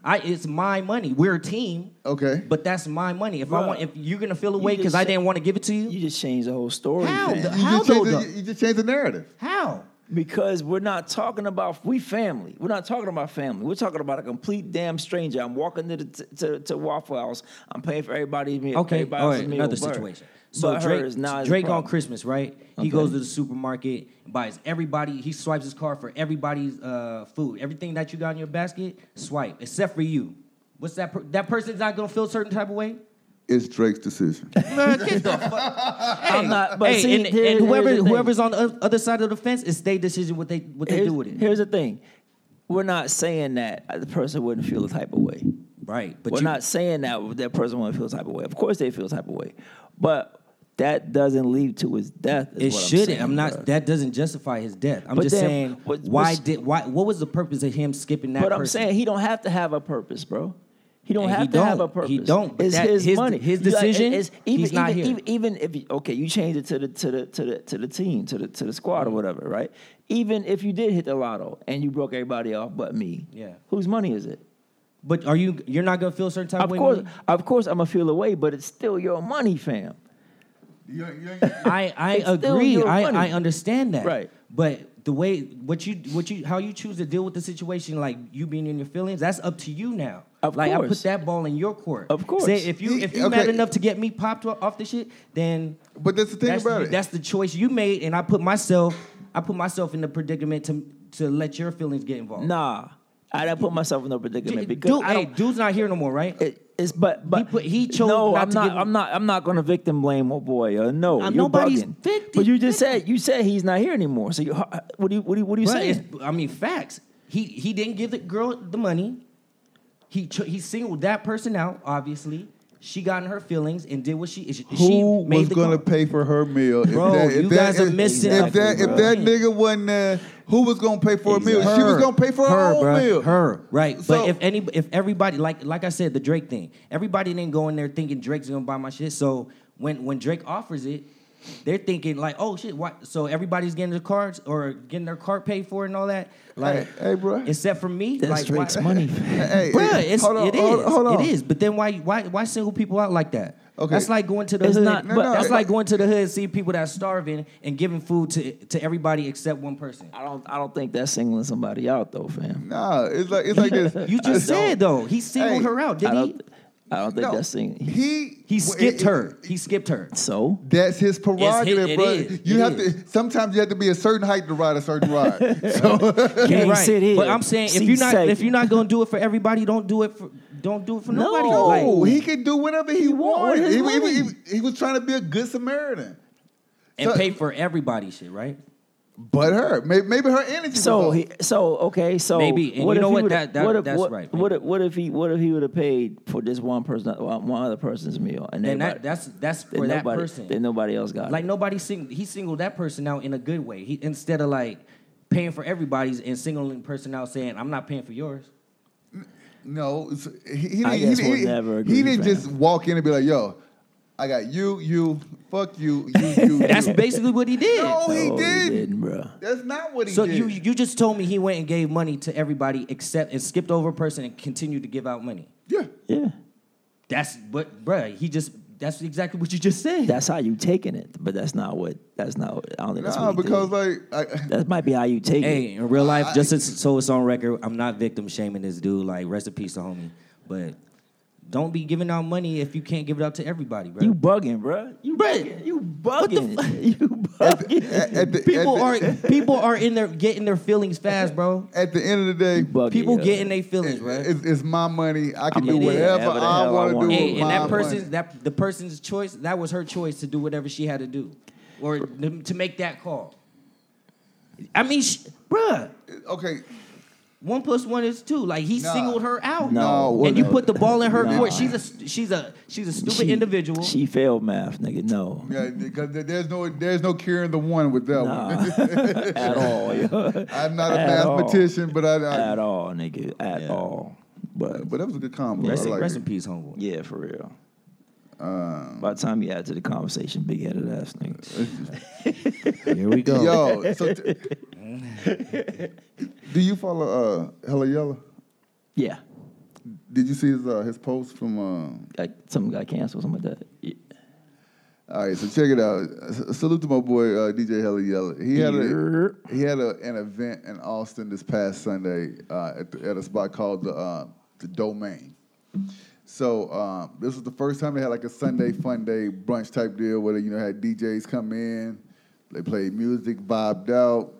I it's my money. We're a team.
Okay.
But that's my money. If I
Bruh,
want, if you're gonna feel away
just
because I
said-
didn't want to give it to you,
You just changed the whole story.
How
fam.
the-
you, just
though,
change
though?
the, you just change the narrative.
how?
Because we're not talking about we family. We're not talking about family. We're talking about a complete damn stranger. I'm walking to the t- to, to Waffle House. I'm paying for everybody's meal.
Okay,
everybody
all
else's
right,
meal,
another
but-
situation. So
but
Drake,
hers not his
Drake on
problem.
Christmas, right?
Okay.
He goes to the supermarket, buys everybody. He swipes his card for everybody's uh, food. Everything that you got in your basket, swipe, except for you. What's that? Per- that person's not gonna feel a certain type of way.
It's Drake's decision.
Man, get the fuck- Hey,
I'm not- but
hey,
see,
and,
here-
and whoever
here's the thing.
whoever's on the oth- other side of the fence, it's their decision what they what they
here's,
do with it.
Here's the thing. We're not saying that the person wouldn't feel the type of way.
Right, but
We're
you,
not saying that that person wouldn't feel the type of way. Of course they feel the type of way. But that doesn't lead to his death. is
It
what I'm
shouldn't.
saying,
I'm, not.
bruh.
That doesn't justify his death. I'm
But
just
then,
saying.
what-
why
what's-
did? Why? What was the purpose of him skipping that?
But I'm
person?
saying he don't have to have a purpose, bro. He don't
And
have
he
to have a
don't.
purpose.
He don't, but
It's
that-
his,
his-
money.
his
You like, it-
decision,
it's even,
he's not
even,
here.
Even, even if you- okay, you change it to the to the to the to the team to the to the squad or whatever, right? Even if you did hit the lotto and you broke everybody off but me,
Yeah.
whose money is it?
But are you? You're not gonna feel a certain type
Of
of way.
course,
Malik?
of course, I'm gonna feel away, but it's still your money, fam.
You ain't- you ain't-
I I
It's still
agree.
your money.
I, I understand that.
Right.
But the way what you what you how you choose to deal with the situation, like you being in your feelings, that's up to you now.
Of
like I
course.
put that ball in your court.
Of course.
Say if you if you
Okay.
mad enough to get me popped o- off the shit, then
but that's the thing
that's,
about it.
that's the choice you made, and I put myself I put myself in the predicament to to let your feelings get involved.
Nah, I didn't put myself in a predicament
Dude,
because I
hey,
don't,
dude's not here no more, right?
It, it's but but
put- he chose
no.
not
I'm
to
not.
give-
I'm not. I'm not going to victim blame. Oh boy, uh, no.
Uh,
you're
nobody's
bugging.
victim-
But you just said you said he's not here anymore. So you, how- what do you what do you, what do you
Bruh,
say?
it's- I mean, facts. He he didn't give the girl the money. He cho- he singled that person out. Obviously, she got in her feelings and did what she she she
Who
made
was
the
gonna
call.
pay for her meal?
Bro, you guys are missing
If
a-
that if that
Exactly.
nigga wasn't there, who was gonna pay for a meal?
Her,
she was gonna pay for her, own
bruh,
meal.
Her right,
So-
but if any if everybody like like I said the Drake thing, everybody didn't go in there thinking Drake's gonna buy my shit. So when when Drake offers it. They're thinking like, oh shit, why? So everybody's getting their cards or getting their card paid for and all that. Like,
hey, bruh.
Except for me, like, why-
money.
Hey, hey,
Bruh, it's,
hold on,
it is.
Hold, hold on.
It is. But then why why why single people out like that?
Okay.
That's like going to the
It's
hood.
not- No,
but- no,
that's
it-
like going to the hood and see people that's starving and giving food to to everybody except one person.
I don't. I don't think that's singling somebody out though, fam.
Nah, it's like it's like this.
You just
I don't-
said though, he singled
Hey,
her out,
I
did
don't.
he?
I don't think
No,
that's singling.
He
He
well,
skipped
it-
her. He skipped her.
So
That's his prerogative,
it
bro.
is.
You
It
have
is.
to. Sometimes you have to be a certain height to ride a certain ride.
can't
Right.
sit here.
But I'm saying if
Seat
you're not if
second.
you're not gonna do it for everybody, don't do it for don't do it for
No.
nobody.
No.
Like,
oh, he could do whatever he,
want with
wanted.
his
He, he-
money.
he- he was trying to be a good Samaritan.
and
So-
pay for everybody shit, right?
But her, maybe, maybe her energy. was
so
off.
he so okay so
Maybe, and you
if
know
he
what?
would've-
That- that-
what if,
that's
what,
right,
What if, what if he what if he would have paid for this one person one one other person's meal and,
And
everybody-
that, that's that's
then
for that
nobody-
person.
then nobody else got it.
Like nobody sing he singled that person out in a good way. He instead of like paying for everybody's and singling person out saying, I'm not paying for yours.
No, it's- he, he didn't.
I
he
guess we'll
didn't-
never
he
agree,
didn't
fam.
just walk in and be like, "Yo, I got you, you, fuck you, you, you."
That's
you.
basically what he did.
no, Oh, he
No,
didn't.
bro.
That's not what he
So
did.
you you just told me he went and gave money to everybody except and skipped over a person and continued to give out money.
yeah,
Yeah,
That's what bruh, he just that's exactly what you just said.
that's how you taking it, but that's not what. That's not. What, I don't think that's
nah,
what he
because
did.
like, I,
that might be how you take it.
Hey, in real life, just as, so it's on record, I'm not victim shaming this dude. Like, rest in peace, to homie. But Don't be giving out money if you can't give it out to everybody, bro.
You bugging, bruh. You bugging. You bugging. You bugging.
At- at the- at
people
the-
are people are in their getting their feelings fast, bro.
At the end of the day,
bugging.
People
yeah.
getting their feelings,
it-
bro.
it's, it's my money. I can
I'ma
do
do
whatever,
whatever the
I
hell I
want to do.
want.
with
Hey, and
my
that
money.
person's that the person's choice. That was her choice to do whatever she had to do, or to to make that call. I mean, sh- bruh,
Okay,
one plus one is two. Like he
Nah.
singled her out,
No,
and you
no.
put the ball in her
Nah.
court. She's a she's a she's a stupid
She-
individual.
She failed math, nigga. No.
yeah, because there- there's no there's no curing the one with that one.
Nah. at all. yo.
I'm not a
At all.
mathematician, but I, I
At all, nigga. At
Yeah.
all. But
but that was a good combo.
rest,
I
in,
like
rest in
it.
peace, homeboy.
yeah, for real.
Um,
By the time you add to the conversation, big headed ass nigga.
Here we go.
Yo, so t- do you follow uh, Hella Yella?
Yeah.
Did you see his uh, his post from? um
Like something got canceled, something like that. Yeah.
all right, so check it out. S- salute to my boy uh, DJ Hella Yella. He had a
Yerp.
he had a, an event in Austin this past Sunday uh, at, the, at a spot called the uh, the Domain. So um, this was the first time they had like a Sunday fun day brunch type deal where they, you know had DJs come in, they played music, vibed out,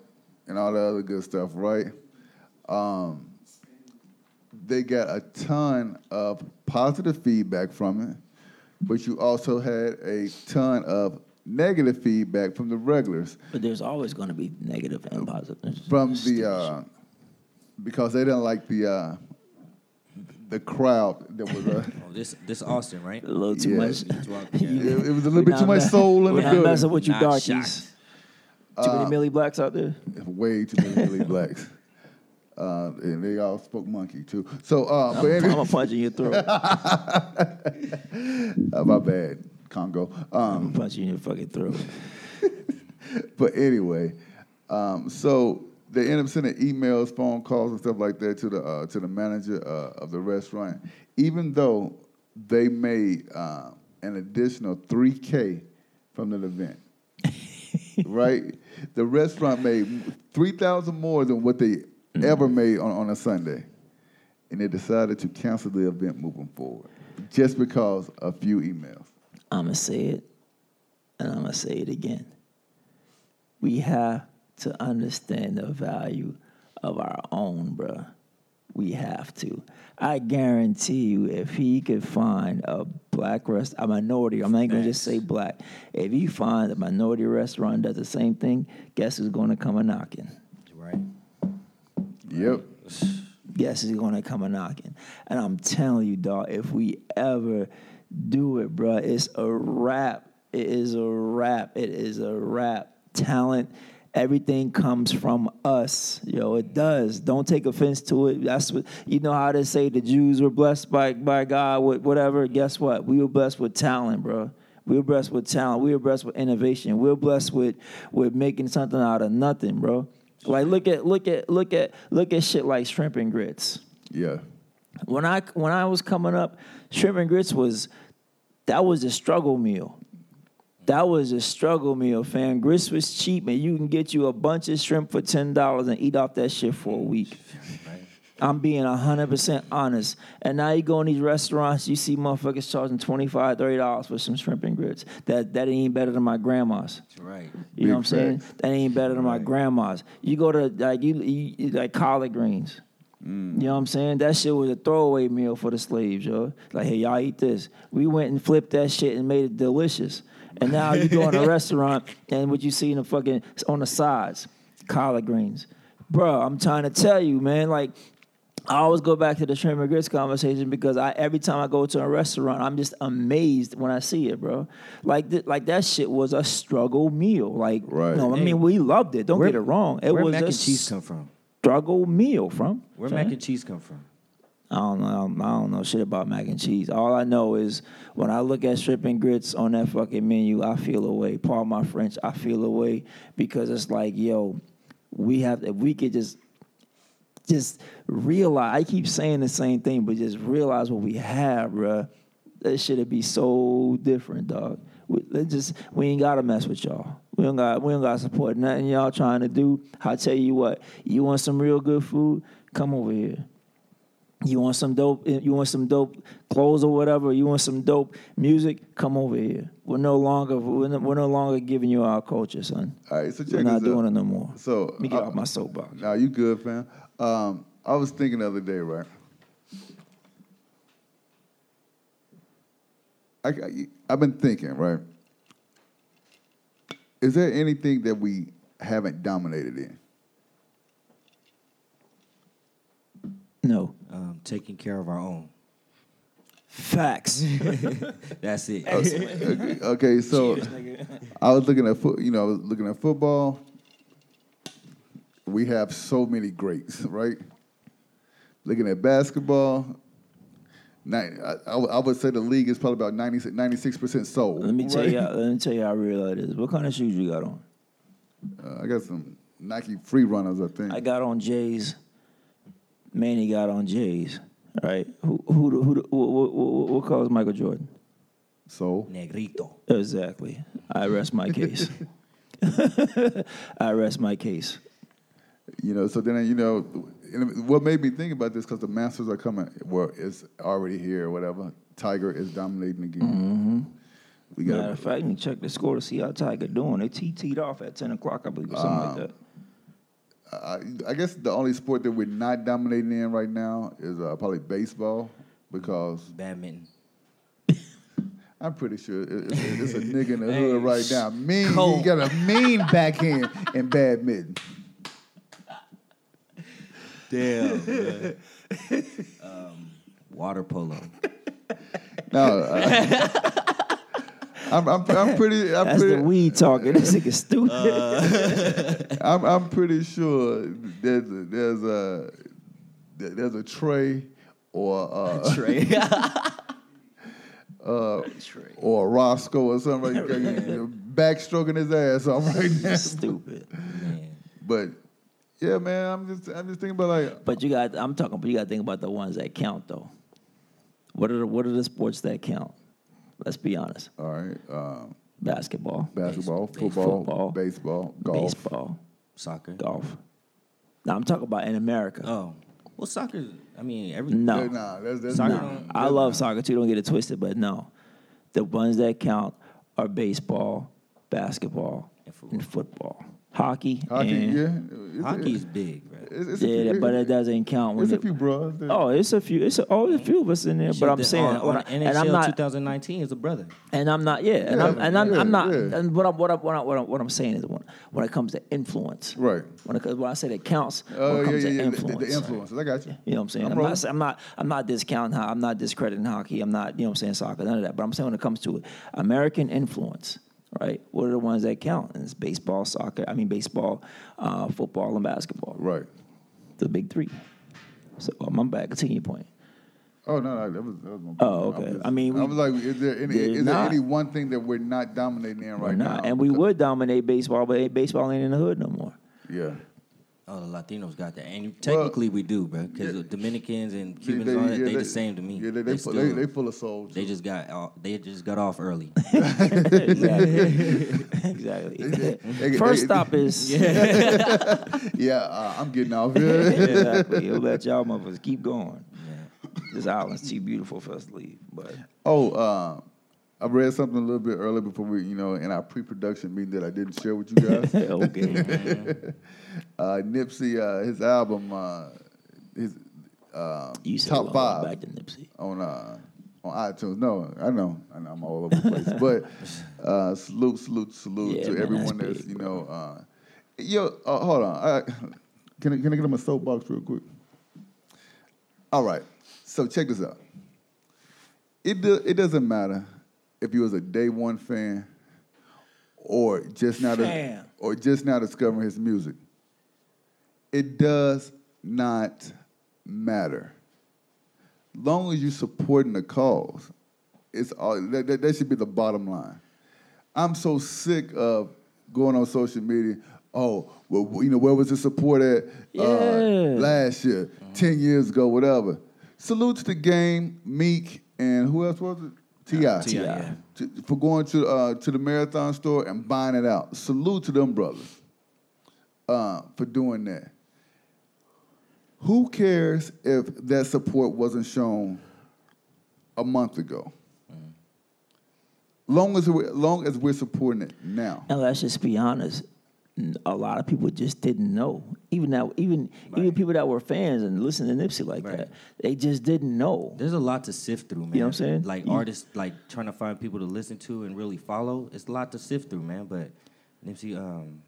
and all the other good stuff, right? Um, they got a ton of positive feedback from it, but you also had a ton of negative feedback from the regulars,
But there's always going to be negative and positive.
from the uh, because they didn't like the uh, the crowd that was. Uh,
Oh, this this Austin, right?
a little too
yeah.
much.
Yeah.
It- it was a little bit too much soul in the
we not
building.
messing with you
Not
darkies.
shocked.
Too
Uh,
many Millie Blacks out there.
way too many Billy Blacks. Uh, and they all spoke monkey too. So, uh, but
I'm
anyway,
gonna punch in your throat. I'm
uh, my bad, Congo. Um,
gonna punch you in your fucking throat.
but anyway, um, so they end up sending emails, phone calls, and stuff like that to the uh, to the manager uh, of the restaurant, even though they made uh, an additional three k from the event. right, the restaurant made three thousand more than what they
Mm.
ever made on, on a Sunday, and they decided to cancel the event moving forward just because a few emails.
I'm gonna say it, and I'm gonna say it again. We have to understand the value of our own, bruh. We have to. I guarantee you, if he could find a black rest, a minority, I'm not gonna just say black. If he finds a minority restaurant that does the same thing, guess who's gonna come a knocking?
Right.
Yep.
Yes, it's gonna come a knocking. And I'm telling you, dog, if we ever do it, bruh, it's a wrap. It is a wrap. It is a wrap. Talent, everything comes from us. Yo, it does. Don't take offense to it. That's what you know how they say the Jews were blessed by by God with whatever. Guess what? We were blessed with talent, bruh. We were blessed with talent. We were blessed with innovation. We were blessed with with making something out of nothing, bro. Like look at look at look at look at shit like shrimp and grits.
Yeah.
When I when I was coming up, shrimp and grits was that was a struggle meal. That was a struggle meal, fam. Grits was cheap, and you can get you a bunch of shrimp for ten dollars and eat off that shit for a week. I'm being 100% honest. And now you go in these restaurants, you see motherfuckers charging $25, $30 for some shrimp and grits. That, that ain't better than my grandma's.
Right.
You know what I'm
Big
saying? That ain't better than my grandma's. You go to like you, you you- like collard greens. You know what I'm saying? That shit was a throwaway meal for the slaves, yo. Like, hey, y'all eat this. We went and flipped that shit and made it delicious. And now you go in a restaurant and what you see in the fucking on the sides, collard greens. Bro, I'm trying to tell you, man, like I always go back to the shrimp and grits conversation because I every time I go to a restaurant, I'm just amazed when I see it, bro. Like th- like that shit was a struggle meal. Like
Right.
no, I
Hey.
mean we loved it. Don't
Where-
get it wrong. It
Where
was
mac
a
and cheese come from?
struggle meal from.
Where
fam.
mac and cheese come from?
I don't know. I don't- I don't know shit about mac and cheese. All I know is when I look at shrimp and grits on that fucking menu, I feel away. Pardon my French. I feel away because it's like, yo, we have if we could just just realize. I keep saying the same thing, but just realize what we have, bruh. That shit'd be so different, dog. We, let's just we ain't gotta mess with y'all. We don't got we don't got support nothing y'all trying to do. I tell you what, you want some real good food? Come over here. You want some dope? eh, You want some dope clothes or whatever? You want some dope music? Come over here. We're no longer we're no, we're no longer giving you our culture, son.
All right, so check
we're not
this out.
doing it no more.
So,
Let me get
uh,
off my soapbox.
Now you good, fam. Um, I was thinking the other day, right? I, I, I've been thinking, right? Is there anything that we haven't dominated in?
No
Um, taking care of our own.
facts.
That's it.
Okay, okay, so I was looking at foot. You know, I was looking at football. We have so many greats, right? Looking at basketball, nine, I, I would- I would say the league is probably about 96 percent sold.
Let me tell
right?
you. Let me tell you how real that is. What kind of shoes you got on?
Uh, I got some Nike free runners. I think.
I got on J's. Manny got on J's. Right? Who who who, who, what, what, what color is Michael Jordan?
so
Negrito.
Exactly. I rest my case. I rest my case.
you know, so then you know, and what made me think about this because the Masters are coming. Well, it's already here, or whatever. Tiger is dominating again.
Mm-hmm.
We got
Matter of fact, let me check the score to see how Tiger doing. They TT'd off at ten o'clock, I believe, or something like that.
I, I guess the only sport that we're not dominating in right now is uh, probably baseball because
Badminton.
I'm pretty sure it- it's, it's a nigga in the hood right now. Mean, he got a mean backhand in badminton.
Damn. water polo.
No, uh, I'm, I'm, I'm pretty. I'm
That's
pretty,
the weed talking. This nigga stupid.
I'm, I'm pretty sure there's a, there's a there's a tray or uh, a,
Trey.
or a Roscoe or something like that. Backstroking his ass off right now.
stupid.
But yeah, man, I'm just I'm just thinking about like
But you got I'm talking but you gotta think about the ones that count though. What are the what are the sports that count? Let's be honest.
all right, um,
Basketball.
basketball,
Base-
football,
football,
baseball, golf.
Baseball.
Soccer.
Golf. Now I'm talking about in America.
Oh. Well, soccer, I mean, every.
no.
Yeah, Nah, that's, that's
Soccer
not-
don't-
I love soccer too. Don't get it twisted, but no, the ones that count are baseball, basketball,
And football.
and football, hockey.
hockey.
and-
Yeah, it's,
Hockey's big, bro.
It's, it's
yeah,
a few,
but it doesn't count. When
It's a
it-
few bros. that-
Oh, it's a few. It's a, oh, there's a few of us in there. But I'm saying,
uh, on, on
what I-
NHL
and I'm not,
2019 is a brother.
and I'm not. Yeah, and I'm, and I'm,
yeah,
I'm not.
yeah.
And what I'm, what I'm, what I'm, what I'm, what I'm saying is when, when it comes to influence,
Right.
When it, when I say that counts,
Oh,
when it
yeah,
comes
yeah,
to
yeah. The,
influence,
the influences. I got you.
You know what I'm saying?
I'm
I'm,
rolling.
not. sa- I'm not. I'm not discounting. Ho- I'm not discrediting hockey. I'm not. You know what I'm saying? Soccer. None of that. But I'm saying when it comes to it, American influence, right? What are the ones that count? And it's baseball, soccer. I mean, baseball, uh, football, and basketball.
Right.
The big three. So um, I'm back. Continue your point.
Oh no, no, that was that was my.
Oh,
point.
okay.
I'm just-
I mean,
I
we-
was like, is there any
they're
is there
not.
any one thing that we're not dominating in right
We're not.
now?
And we
Because-
would dominate baseball, but ain't- baseball ain't in the hood no more.
Yeah.
Oh, the Latinos got that, and technically we do, bro, because Dominicans and Cubans, all that,
yeah,
they, the same to me.
Yeah, they they, full, they,
still-
they full of soul.
they just got off, they just got off early.
exactly. exactly. First stop is
yeah, uh, I'm getting off here.
exactly. He'll let y'all motherfuckers keep going. This island's too beautiful for us to leave, but.
Oh, uh, I read something a little bit earlier before we, you know, in our pre-production meeting that I didn't share with you guys.
okay.
uh, Nipsey, uh, his album, uh, his uh,
You said
top
Lil
five
back to Nipsey.
on uh, on iTunes. No, I know, I know, I'm all over the place. but uh, salute, salute, salute
Yeah,
to
man, that's
everyone that's,
big,
you know, uh, yo, uh, hold on, I, can I, can I get him a soapbox real quick? All right, so check this out. It do, it doesn't matter if you was a day one fan or just now
Fam.
or just now discovering his music. It does not matter. Long as you're supporting the cause, it's all that, that, that should be the bottom line. I'm so sick of going on social media. Oh, well, you know, where was the support at Uh,
Yeah.
last year, 10 years ago, whatever? Salute to the game, Meek, and who else was it? T.I.
T.I., yeah.
To- For going to, uh, to the marathon store and buying it out. Salute to them brothers uh, for doing that. Who cares if that support wasn't shown a month ago? Long as we're, long as we're supporting it now.
And let's just be honest. n- A lot of people just didn't know. Even now, even even people that were fans and listened to Nipsey like
Right.
that, they just didn't know.
There's a lot to sift through, man.
know what I'm saying?
Like
You-
artists, like trying to find people to listen to and really follow. It's a lot to sift through, man. But Nipsey, um,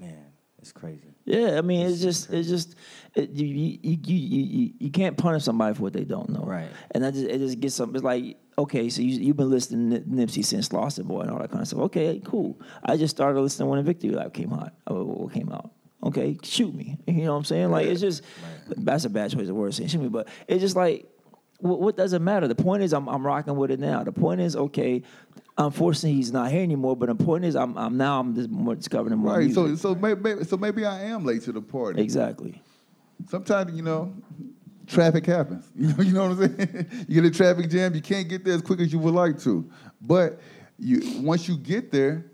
man, it's crazy.
Yeah, I mean, it's just, it's just, it, you, you, you, you, you- you can't punish somebody for what they don't know,
Right.
And that just, it just gets some. It's like, okay, so you, you've been listening to Nip- Nipsey since Lost and Boy and all that kind of stuff. Okay, cool. I just started listening when Victory Lap came out. Oh, what came out? Okay, shoot me. You know what I'm saying? Like, it's just that's a bad choice of words, saying shoot me, but it's just like. What, what does it matter? The point is, I'm, I'm rocking with it now. The point is, okay. Unfortunately, he's not here anymore. But the point is, I'm, I'm now I'm just more discovering more
Right. So
music.
so maybe so maybe I am late to the party.
exactly.
sometimes you know traffic happens you know, you know what i'm saying you get a traffic jam you can't get there as quick as you would like to but you once you get there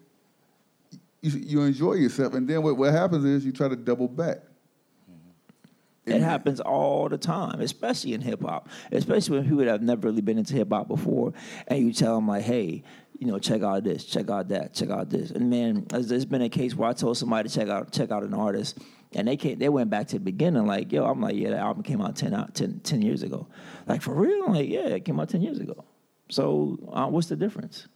you, you enjoy yourself and then what, what happens is you try to double back
It happens all the time, especially in hip hop, especially when people that have never really been into hip hop before, and you tell them like, "Hey, you know, check out this, check out that, check out this." And man, there's there's been a case where I told somebody to check out check out an artist, and they can't. They went back to the beginning, like, "Yo, I'm like, yeah, that album came out 10, out 10, 10 years ago." Like for real, I'm like, yeah, it came out ten years ago. So uh, what's the difference?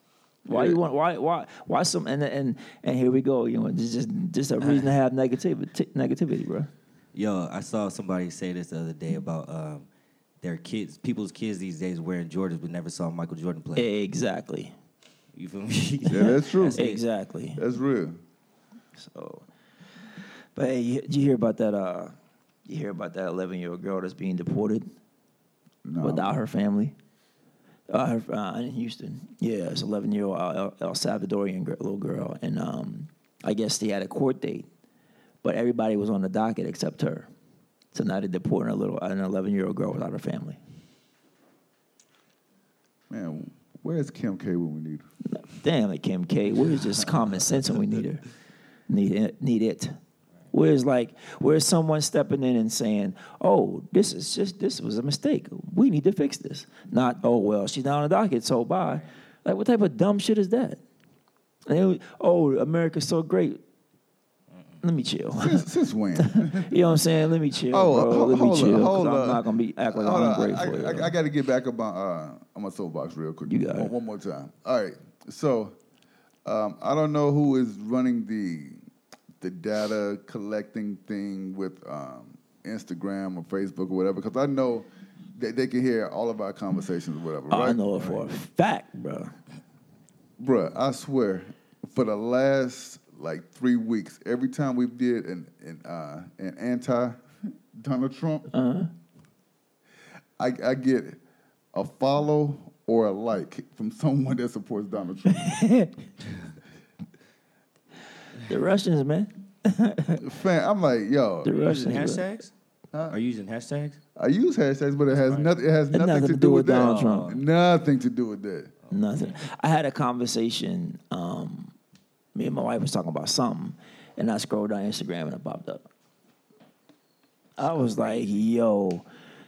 Why you want why why why some and and and here we go you know it's just just a reason to have negativity negativity bro
Yo, I saw somebody say this the other day about um, their kids, people's kids these days wearing Jordans, but never saw Michael Jordan play.
exactly
You feel me?
yeah that's true
That's it.
Exactly.
that's real
So, but hey, you, you hear about that? Uh, you hear about that eleven-year-old girl that's being deported
no.
without her family? Uh, her, uh, in Houston, yeah, it's eleven-year-old uh, El, El Salvadorian girl, little girl, and um, I guess they had a court date, but everybody was on the docket except her. So now they're deporting a little an eleven-year-old girl without her family.
man where's kim k when we need her
Damn it, Kim K. Where's just common sense when we need her? Need it, need it. Where's like where's someone stepping in and saying, "Oh, this is just this was a mistake. We need to fix this." Not, "Oh well, she's not on the docket, so bye." Like what type of dumb shit is that? And it was, oh, America's so great. Let me chill.
since, since when
you know what I'm saying? Let me chill.
Oh,
bro.
ho-
Let me
hold,
chill.
up,
'cause
hold
I'm
up.
not gonna be act like
Hold
I'm
up.
ungrateful.
I,
yo.
I, got to get back up on uh, on my soapbox real quick.
You got
one,
it.
one more time. All right. So um, I don't know who is running the the data collecting thing with um, Instagram or Facebook or whatever, because I know they, they can hear all of our conversations or whatever.
Oh,
right?
I know it for a fact, bro.
Bruh, I swear, for the last like three weeks, every time we did an an, uh, an anti Donald Trump,
Uh-huh.
I, I get a follow or a like from someone that supports Donald Trump.
The Russians, man.
Fam, I'm like, yo,
The
Are you using
Russians. bro.
hashtags? Are you using hashtags?
I use hashtags, but it has nothing. It has nothing, to, do with,
Donald
that.
Trump.
Nothing to do with that.
Nothing. I had a conversation. Um, me and my wife was talking about something, and I scrolled down Instagram and it popped up. I was like, "Yo,"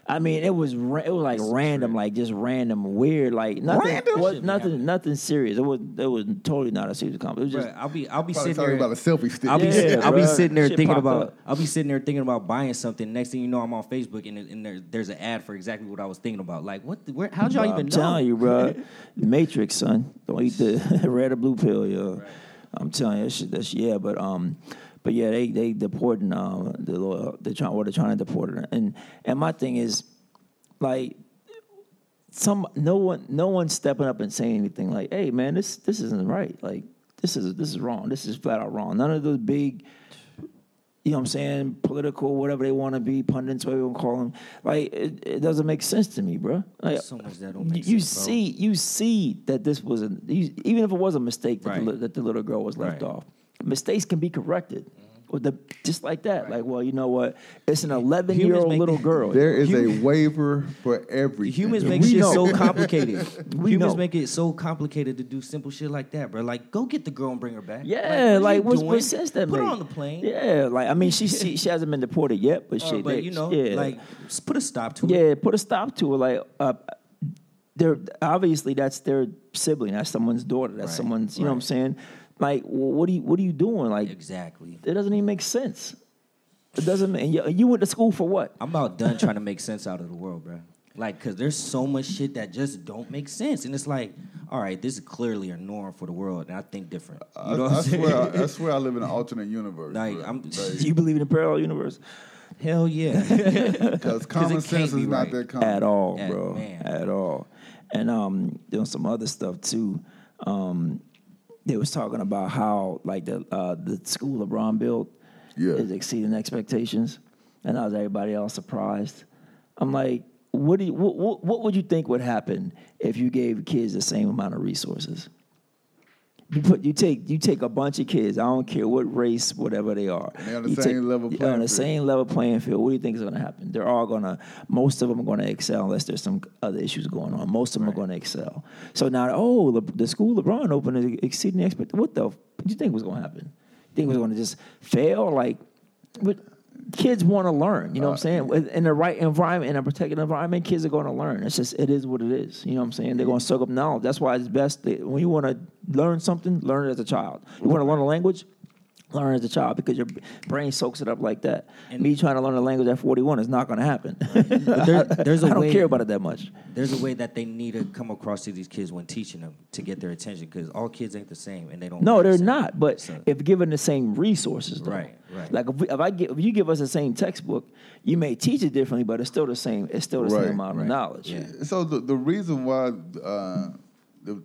I mean, it was ra- it was like random, like just random, weird, like nothing,
Random?
was nothing, nothing serious. It was it was totally not a serious conversation. It was
Bruh,
just
I'll be, I'll be
Probably
sitting
talking
there.
about a selfie stick.
I'll be,
Yeah,
sit- I'll be
bruh.
sitting there
Shit
thinking
popped
about
up.
I'll be sitting there thinking about buying something. Next thing you know, I'm on Facebook and, and there, there's an ad for exactly what I was thinking about. Like, what? The, where, how'd y'all
Bro,
even
I'm
know?
telling you, bro. Matrix, son. Don't eat the red or blue pill, yo. I'm telling you, that shit, that's yeah. But um, but yeah, they they deporting um the little- they're trying or they're trying to deport her. And and my thing is, like, some no one no one's stepping up and saying anything like, hey man, this this isn't right. Like this is this is wrong. This is flat out wrong. None of those big you know what I'm saying, political, whatever they want to be, pundits, whatever you want to call them. Like, it, it doesn't make sense to me, bro. Like,
So much that don't make
you
sense, bro.
see, you see that this was a, you, even if it was a mistake that,
Right.
the, li- that the little girl was left
Right.
off, mistakes can be corrected. with the just like that. Like, well, you know what? It's an 11 year old
make-
little girl.
There is
Hum-
a waiver for everything.
Humans make
We
shit
know.
so complicated.
We
Humans
know.
make it so complicated to do simple shit like that, bro. Like, go get the girl and bring her back.
yeah,
what
like,
you
what's
doing?
what sense that
Put her
make?
on the plane.
Yeah, like I mean, she she, she hasn't been deported yet, but
Or,
shit,
but
they-
you know,
yeah.
like, s- put a stop to it.
Yeah, put a stop to it. Like, uh, they're obviously that's their sibling. That's someone's daughter. That's
Right,
someone's. You know what I'm
right.
saying? Like, wh- what are you what are you doing? Like,
Exactly.
it doesn't even make sense. It doesn't. ma- And you, you went to school for what?
I'm about done trying to make sense out of the world, bro. Like, cause there's so much shit that just don't make sense, and it's like, all right, this is clearly a norm for the world, and I think different.
I,
You know what
I
I'm saying?
swear, I, I swear, I live in an alternate universe.
Like,
bro.
I'm-
Do you believe in a parallel universe?
Hell yeah.
Because common
can't
sense is
be
not
right.
that common.
At all,
Yeah,
bro.
man.
At all. And um, there was some other stuff too. Um, they was talking about how like the uh, the school LeBron built
Yeah.
is exceeding expectations, and I was everybody else surprised. I'm like, what do you, what, what, what would you think would happen if you gave kids the same amount of resources? You put you take you take a bunch of kids. I don't care what race, whatever they are.
They're on the
You
same level
they're
playing
on the
field.
same level playing field. What do you think is going to happen? They're all going to. Most of them are going to excel unless there's some other issues going on. Most of them are going to excel. So now, oh, Le, the school LeBron opened is exceeding the expect. What the? f- What do you think was going to happen? You think it was going to just fail? Like, but kids want to learn. You know what I'm saying? With- In the right environment, in a protected environment, kids are going to learn. It's just it is what it is. You know what I'm saying? They're going to soak up knowledge. That's why it's best that when you want to learn something, learn it as a child. You want to learn a language. Learn as a child because your b- brain soaks it up like that. Me trying to learn a language at 41 is not going to happen.
But there- there's a
I don't
way-
care about it that much.
there's a way that they need to come across to these kids when teaching them to get their attention because all kids ain't the same and they don't.
No,
learn the
they're
same.
not. But
So-
if given the same resources, though.
Right, right.
Like if, we, if I get, if you give us the same textbook, you may teach it differently, but it's still the same. It's still the
Right,
same amount
right,
of knowledge.
yeah.
So the, the reason why uh, the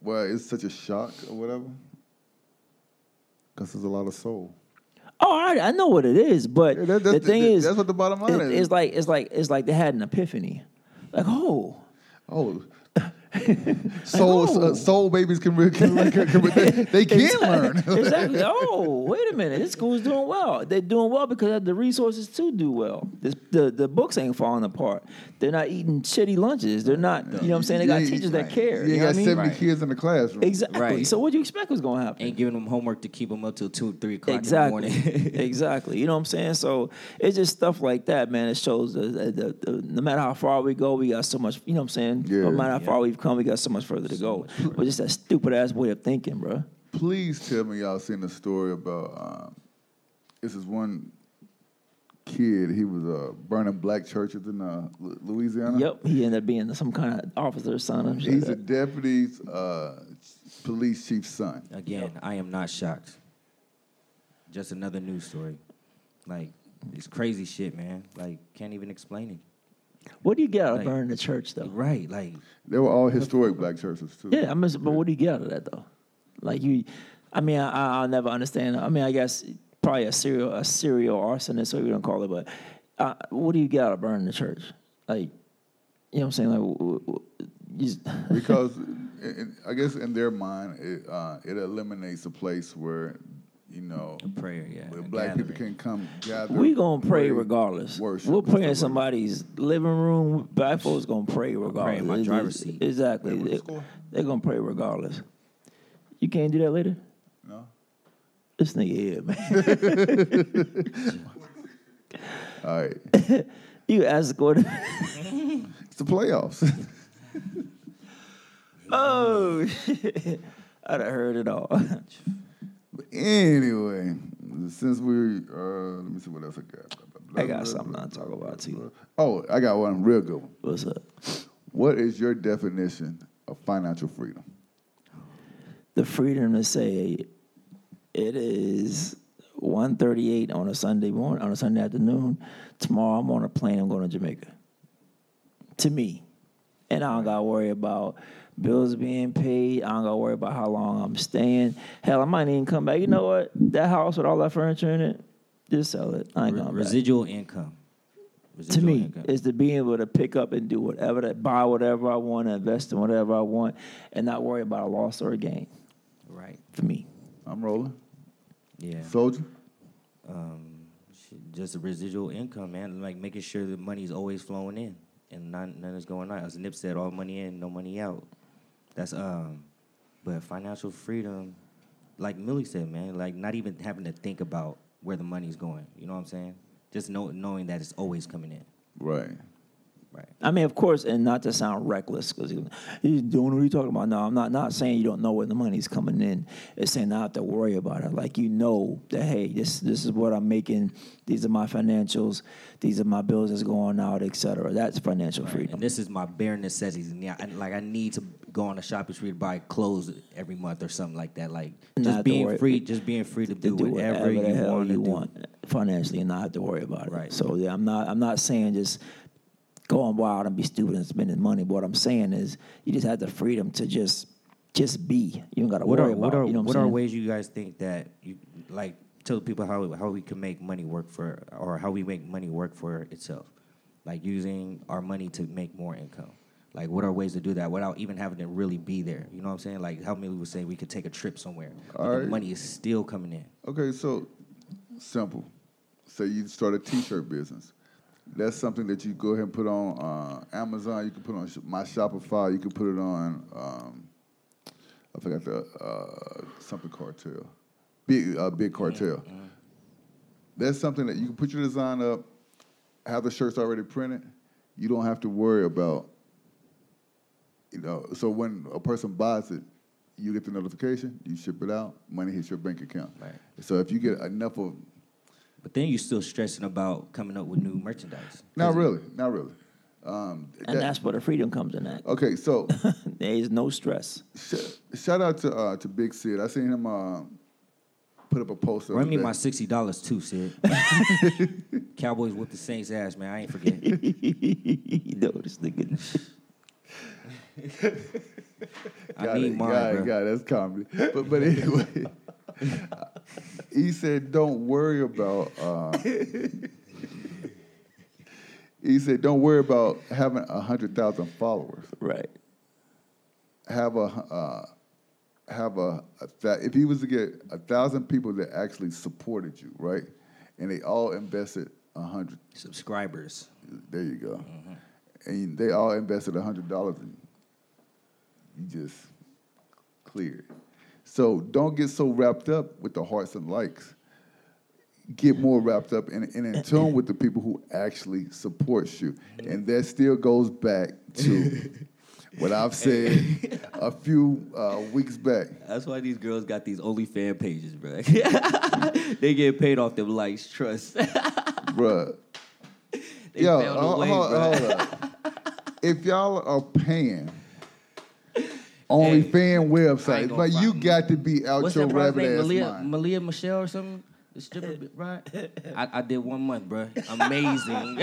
why it's such a shock or whatever, because there's a lot of soul.
Oh, I, I know what it is, but
Yeah, that-
the
that's-
thing
that-
is,
that's what the bottom line
it-
is.
It's like it's like it's like they had an epiphany. Like, oh,
Oh. Soul,
oh.
uh, soul babies can, re- can, re- can, re- they, they can learn.
exactly. Oh, wait a minute. This school's doing well. They're doing well because they have the resources to do well. This, the the books ain't falling apart. They're not eating shitty lunches. They're not. You know what I'm saying? They got
You-
teachers that
right.
care.
You,
You know what I
got
mean?
70
Right.
kids in the classroom.
Exactly.
Right.
So what do you expect was going to happen?
Ain't giving them homework to keep them up till two, three o'clock
exactly.
in the morning.
exactly. You know what I'm saying? So it's just stuff like that, man. It shows the, the, the, the- no matter how far we go, we got so much. You know what I'm saying?
Yeah.
No matter how far we've come, we got so much further to go. But just that stupid ass way of thinking, bro.
Please tell me y'all seen the story about um, this is one kid. He was uh, burning black churches in uh, Lu- Louisiana.
Yep. He ended up being some kind of officer or something.
He's a deputy uh, police chief's son.
Again, I am not shocked. Just another news story. Like, it's crazy shit, man. Like, can't even explain it.
what do you get out of
Like-
burning the church though?
Right, like,
They were all historic black churches too.
Yeah, I mean, but what do you get out of that though? Like you, I mean, I- I, I'll never understand. I mean, I guess probably a serial a serial arsonist, whatever you don't call it. But uh, what do you get out of burning the church? Like, you know what I'm saying? Like, w- w- w- you just,
because i i I guess in their mind, it, uh, it eliminates a place where you know
prayer, yeah.
where
a
black people
gathering.
can come gather.
we gonna pray
pray,
regardless.
worship,
We'll pray in
whatever.
somebody's living room. Black folks gonna pray regardless.
in my
It's-
driver's seat.
Exactly. They, they're gonna pray regardless. You can't do that later.
No?
This nigga here, man.
All right,
You ask what?
it's the playoffs.
Oh, shit. I'd have heard it all.
But anyway, since we uh, let me see what else I got.
I got something I'll talk about too.
Oh, I got one real good one.
What's up?
What is your definition of financial freedom?
The freedom to say it is 1.38 on a Sunday morning, on a Sunday afternoon. Tomorrow I'm on a plane, I'm going to Jamaica. To me. And I don't got to worry about bills being paid. I don't got to worry about how long I'm staying. Hell, I might even come back. You know what? That house with all that furniture in it, just sell it. I ain't
Re-
going back.
uh, residual income.
to
Residual
me
income.
is to be able to pick up and do whatever that buy whatever I want, invest in whatever I want, and not worry about a loss or a gain.
right.
For me,
I'm rolling.
Yeah.
Soldier.
um, sh- just the residual income, man. Like making sure the money's always flowing in and not, none is going out. As Nip said, all money in, no money out. That's um, but financial freedom, like Millie said, man, like not even having to think about where the money's going. You know what I'm saying? Just know, knowing that it's always coming in.
Right.
Right.
I mean, of course, and not to sound reckless, because you, you don't know what you're talking about. No, I'm not not saying you don't know where the money's coming in. It's saying not to worry about it. Like you know that hey, this this is what I'm making. These are my financials. These are my bills that's going out, etc. That's financial freedom.
And this is my bare necessities. And yeah, I, like I need to go on a shopping spree to buy clothes every month or something like that. Like
Not
just
to
being
worry-
free, just being free to,
to
do, whatever,
the
you
hell
want to
you
do.
want financially and not have to worry about it.
Right.
So yeah, I'm not I'm not saying just going wild and be stupid and spending money. But what I'm saying is you just have the freedom to just just be. You don't got to
What
worry
are
about.
what
it,
are
you know what,
what
I'm
are
saying?
ways you guys think that you like tell people how how we can make money work for or how we make money work for itself, like using our money to make more income. Like what are ways to do that without even having to really be there? You know what I'm saying? Like how Millie was saying, we could take a trip somewhere. but the
Alright.
money is still coming in.
Okay, so simple. Say you start a T-shirt business. That's something that you go ahead and put on uh, Amazon. You can put on Sh- my Shopify. You can put it on. Um, I forgot the uh, something cartel, big uh, big cartel. That's something that you can put your design up, have the shirts already printed. You don't have to worry about. You know, so when a person buys it, you get the notification. You ship it out. Money hits your bank account.
Right.
So if you get enough of,
But then you're still stressing about coming up with new merchandise.
not really, not really. Um,
And
that-
that's where the freedom comes in. That
okay. So
there is no stress.
sh- shout out to uh, to Big Sid. I seen him uh, put up a post. the
Run
other
me
day.
my sixty dollars too, Sid. Cowboys whip the Saints ass, man. I ain't forget.
you know this nigga.
I
Got
need
it,
mine,
got it,
bro.
got it. That's comedy. But but anyway, he said, "Don't worry about." Uh, he said, "Don't worry about having a hundred thousand followers.
Right.
Have a uh, have a, a th- if he was to get a thousand people that actually supported you, right, and they all invested a hundred.
Subscribers.
There you go. And they all invested hundred dollars in you. You just cleared. So don't get so wrapped up with the hearts and likes. Get more wrapped up and, and in tune with the people who actually supports you. And that still goes back to what I've said a few uh, weeks back.
That's why these girls got these OnlyFans pages, bro. they get paid off them likes, trust. they
bruh.
found a
hol-
way,
hol-
bruh.
up. if y'all are paying OnlyFan websites,
gonna
but you
front.
got to be out
What's
your
that broad
rabbit
name?
ass
Malia,
mind.
Malia Michelle or something? The stripper, bi- right? I, I did one month, bro. Amazing.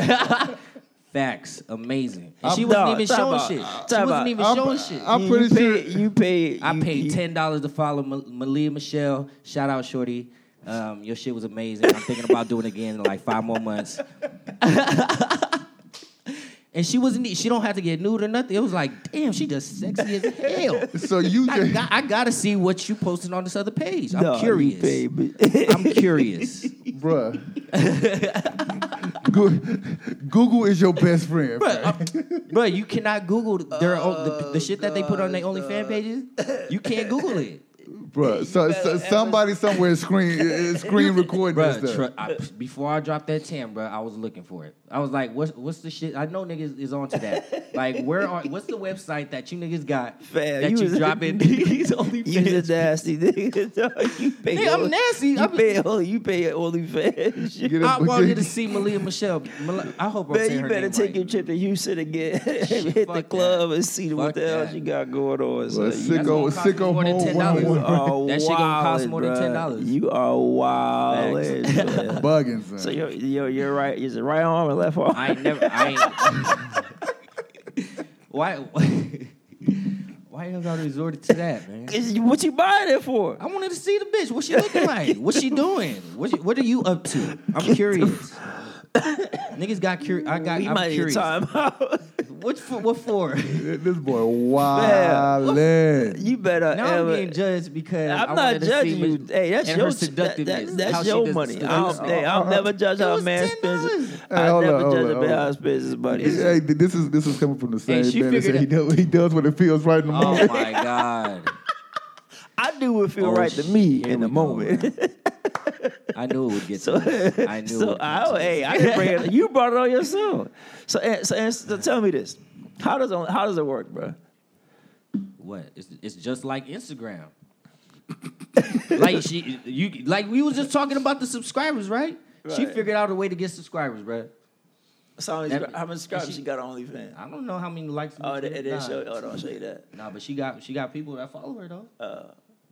Facts. Amazing. And
I'm-
she wasn't
no,
even
talk
showing
about-
shit.
talk
She
about-
wasn't even
I'm-
showing shit.
I'm
You-
pretty
you
sure-
paid, you paid.
I
you-
paid
you-
ten dollars to follow Ma- Malia Michelle. Shout out, Shorty. Um, your shit was amazing. I'm thinking about doing it again in like five more months. and she wasn't. e, She don't have to get nude or nothing. It was like, damn, she just sexy as hell.
So you
I,
just,
got, I gotta see what you posted on this other page. I'm
No, you
curious.
paid, but-
I'm curious.
bruh. Goo- Google is your best friend.
Bruh, I'm- bruh, you cannot Google their own, the, the shit that they put on their
Oh,
OnlyFans pages. You can't Google it.
Bruh, so, so somebody somewhere screen is screen recording this
Bruh,
stuff.
tru- I, before I dropped that ten, bruh, I was looking for it. I was like, "What's what's the shit?" I know niggas is on to that. like, where are? What's the website that you niggas got
Fam,
that
you
you,
was-
dropping these
You
OnlyFans?
just nasty nigga. dog. You pay
Nigga, I'm
only-
nasty.
You
I'm-
pay only. You pay only fans.
You get a-
I wanted to see Malia Michelle. Mal- I hope I'm
Man,
saying
you
her
better
name
take
right.
your trip to Houston again. Hit
fuck
the
that.
club and see what
Fuck
the hell
that.
you got going on. son.
Bruh,
You
That's gonna
sicko,
cost me
sicko
more than
mode
$10.
101, bruh.
are wildin', bruh.
That shit gonna cost more than $10.
You are wild.
Oh.
Bugging, son.
so your your your right is it right arm or left arm?
I ain't never. I ain't. why? Why you gotta resort to that, man?
Is- what you buying it for?
I wanted to see the bitch. What she looking like? What she doing? What, you- what are you up to? I'm curious. Niggas got curious. I got.
We
I'm
might need
curious.
time out.
What for? What for?
This boy wildin'.
You better
Now I'm
ever.
being judged because
I'm
I
not
wanted to see
judging
what-
you. Hey, that's
and
your
her
that-
seductiveness,
that- that's
how she
your
does
money.
the
I'll,
seduction.
hey, I'll never judge how a
was
man spends.
$10.
his-
Hey,
I'll
hold
never
up, hold
judge
up,
a man
hold
how he
up.
spends his money.
Hey, this is this is coming from the same
she
man that said
figured
he does, he does what it feels right in the
Oh
moment.
my god!
I do what feel
Oh,
right to
sh-
me
here
in the
we go,
moment.
I knew it would get.
So,
to this. I knew. it
so
would get to
I, oh,
this.
hey, I didn't bring it. You brought it on yourself. So, and, so, and, so tell me this: how does it, how does it work, bro?
What? It's, it's just like Instagram. like she, you, like we was just talking about the subscribers, right? She
Right.
figured out a way to get subscribers, bro.
So how many,
That-
how many subscribers
she-
she got on OnlyFans?
I don't know how many likes.
Oh, it,
nah.
it didn't show. Oh, don't show you that.
Nah, but she got she got people that follow her though.
Uh,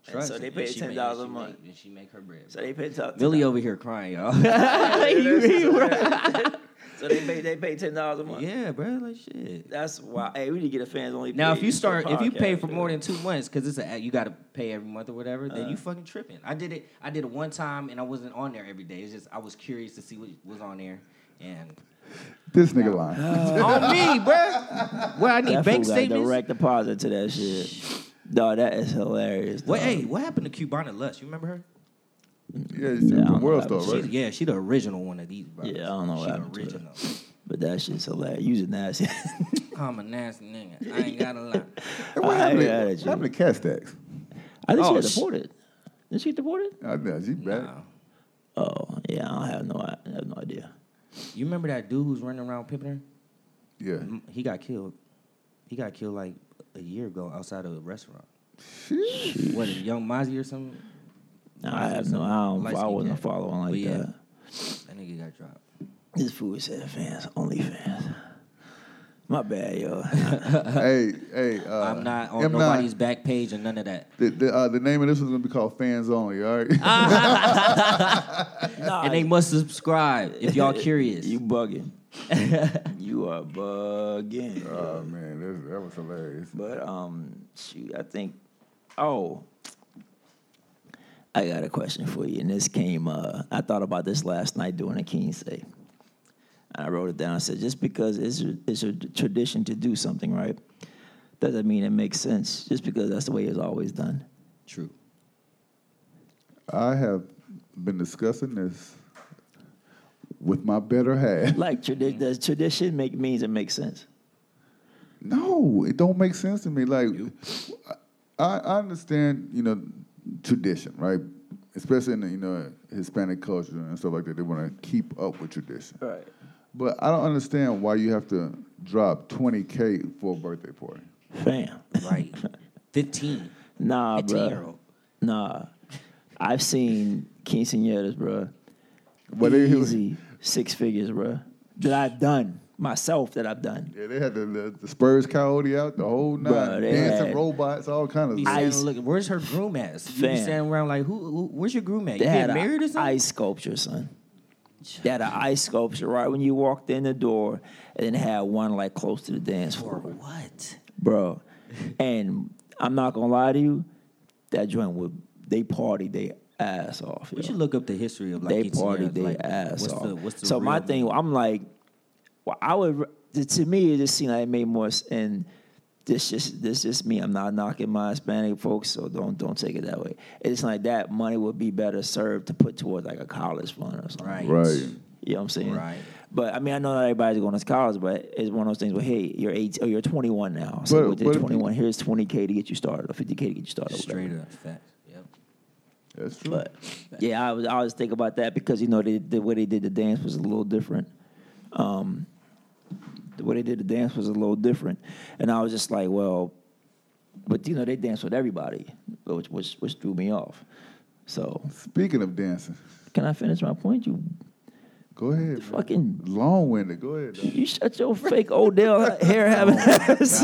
and
Trust
so
it.
they
And
pay
she make-
ten dollars
she
a month.
make- And she make her bread.
So they pay ten.
Billy over here crying, y'all.
So they pay they pay ten dollars a month.
yeah, bro. Like shit.
That's why. Hey, we need to get a fans only.
Now, if you
page
start, if you pay for
podcast,
more
dude.
than two months, because it's a you got to pay every month or whatever, then
Uh-huh.
you fucking tripping. I did it. I did it one time, and I wasn't on there every day. It's just I was curious to see what was on there, and
This nigga lying.
on me, bruh. What I need
that
bank
fool
statements.
got direct deposit to that shit. Dog, that is hilarious.
What?
dawg.
Hey, what happened to Cubana Lust? You remember her?
Yeah, he's
Yeah, I
from
don't
World
know.
Star,
She,
right?
yeah, she the original one of these, bro.
Yeah, I don't know what
She
happened
the
to her.
original.
But that shit's hilarious. You just nasty.
I'm a nasty nigga. I ain't gotta lie.
Hey, what
I
happened, to,
got
what
it, you.
happened to Cash Stacks?
I think
Oh,
she got
sh-
deported. Did she get deported?
I know, she back.
Nah.
Oh yeah, I don't have no, I have no idea.
You remember that dude who's running around pimping her?
Yeah.
M- He got killed. He got killed like a year ago outside of a restaurant. What, a young Mozzie or something?
I have no. I don't. I
Light-skinned
wasn't
cat.
following like
But yeah,
that.
That nigga got dropped.
This food said fans, only fans. My bad, yo.
hey, hey. Uh,
I'm not on
M9,
nobody's back page and none of that.
The, the, uh, the name of this was gonna be called Fans Only. All right.
Ah.
Nah,
And they must subscribe if y'all curious.
you bugging. you are bugging.
oh man, that, that was hilarious.
But um, shoot, I think. Oh, I got a question for you, and this came. Uh, I thought about this last night during the King's Day. And I wrote it down. I said, just because it's a, it's a tradition to do something, right, doesn't mean it makes sense. Just because that's the way it's always done.
True.
I have been discussing this with my better half.
Like tradi-
Mm.
does tradition make means it makes sense?
No, it don't make sense to me. Like, I, I understand, you know, tradition, right? Especially in the, you know Hispanic culture and stuff like that. They want to keep up with tradition.
Right.
But I don't understand why you have to drop twenty k for a birthday party.
Fam.
Right. 15.
Nah,
15 year
bro.
old.
Nah. I've seen quinceañeras, bro.
But they-
easy six figures, bro. That I've done myself. That I've done.
Yeah, they had the, the, the Spurs coyote out the whole nine,
Bruh, they
dancing
had-
robots, all kind of
Be
stuff.
I-
saying,
Ice.
look, where's her groom ass? You be
Fam.
standing around like, who, who? Where's your groom at? You
They had
getting
a
married or something?
ice sculpture, son. They had an ice sculpture right when you walked in the door, and then had one like close to the dance floor,
Or what?
bro. And I'm not gonna lie to you, that joint would they party they ass off.
We
yo.
should look up the history of like
they party
quinceañeras,
they
like,
ass
what's
off.
The, what's the
so my
real
thing, I'm like, well, I would. To me, it just seemed like it made more. s- And this just this just me. I'm not knocking my Hispanic folks, so don't don't take it that way. It's like that money would be better served to put towards like a college fund or something.
Right.
Right.
You know what I'm saying?
Right.
But I mean, I know not everybody's going to college, but it's one of those things where hey, you're 18 or you're 21 now. So
But-
with
but
the
if you-
21, here's 20k to get you started or 50k to get you started. or whatever.
Straight up fact. Yep.
That's true.
But yeah, I was I always think about that because you know they, the way they did the dance was a little different. Um, the way they did the dance was a little different, and I was just like, well, but you know they dance with everybody, which which, which threw me off. So
Speaking of dancing,
can I finish my point? You
go ahead. man.
fucking
long winded. Go ahead. dog.
you shut your fake Odell hair having ass.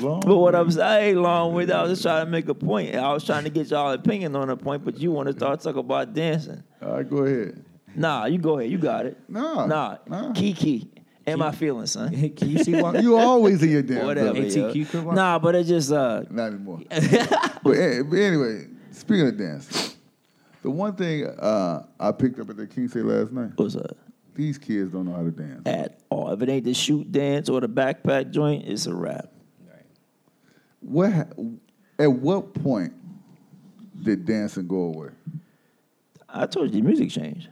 Long
But what I'm saying, long with I was just trying to make a point. I was trying to get y'all opinion on a point, but you want to start talking about dancing.
All right, go ahead.
Nah, you go ahead. You got it.
Nah,
Nah.
nah.
Kiki. And my feelings, son.
Can you see why?
You always in your damn
Whatever.
feelings.
yo.
ATQ crew?
Nah, but it's just uh
Not anymore. but, eh, but anyway, speaking of dancing, the one thing uh, I picked up at the King say last night,
was uh
these kids don't know how to dance.
at all. If it ain't the shoot dance or the backpack joint, it's a wrap.
What? ha- At what point did dancing go away?
I told you the music changed.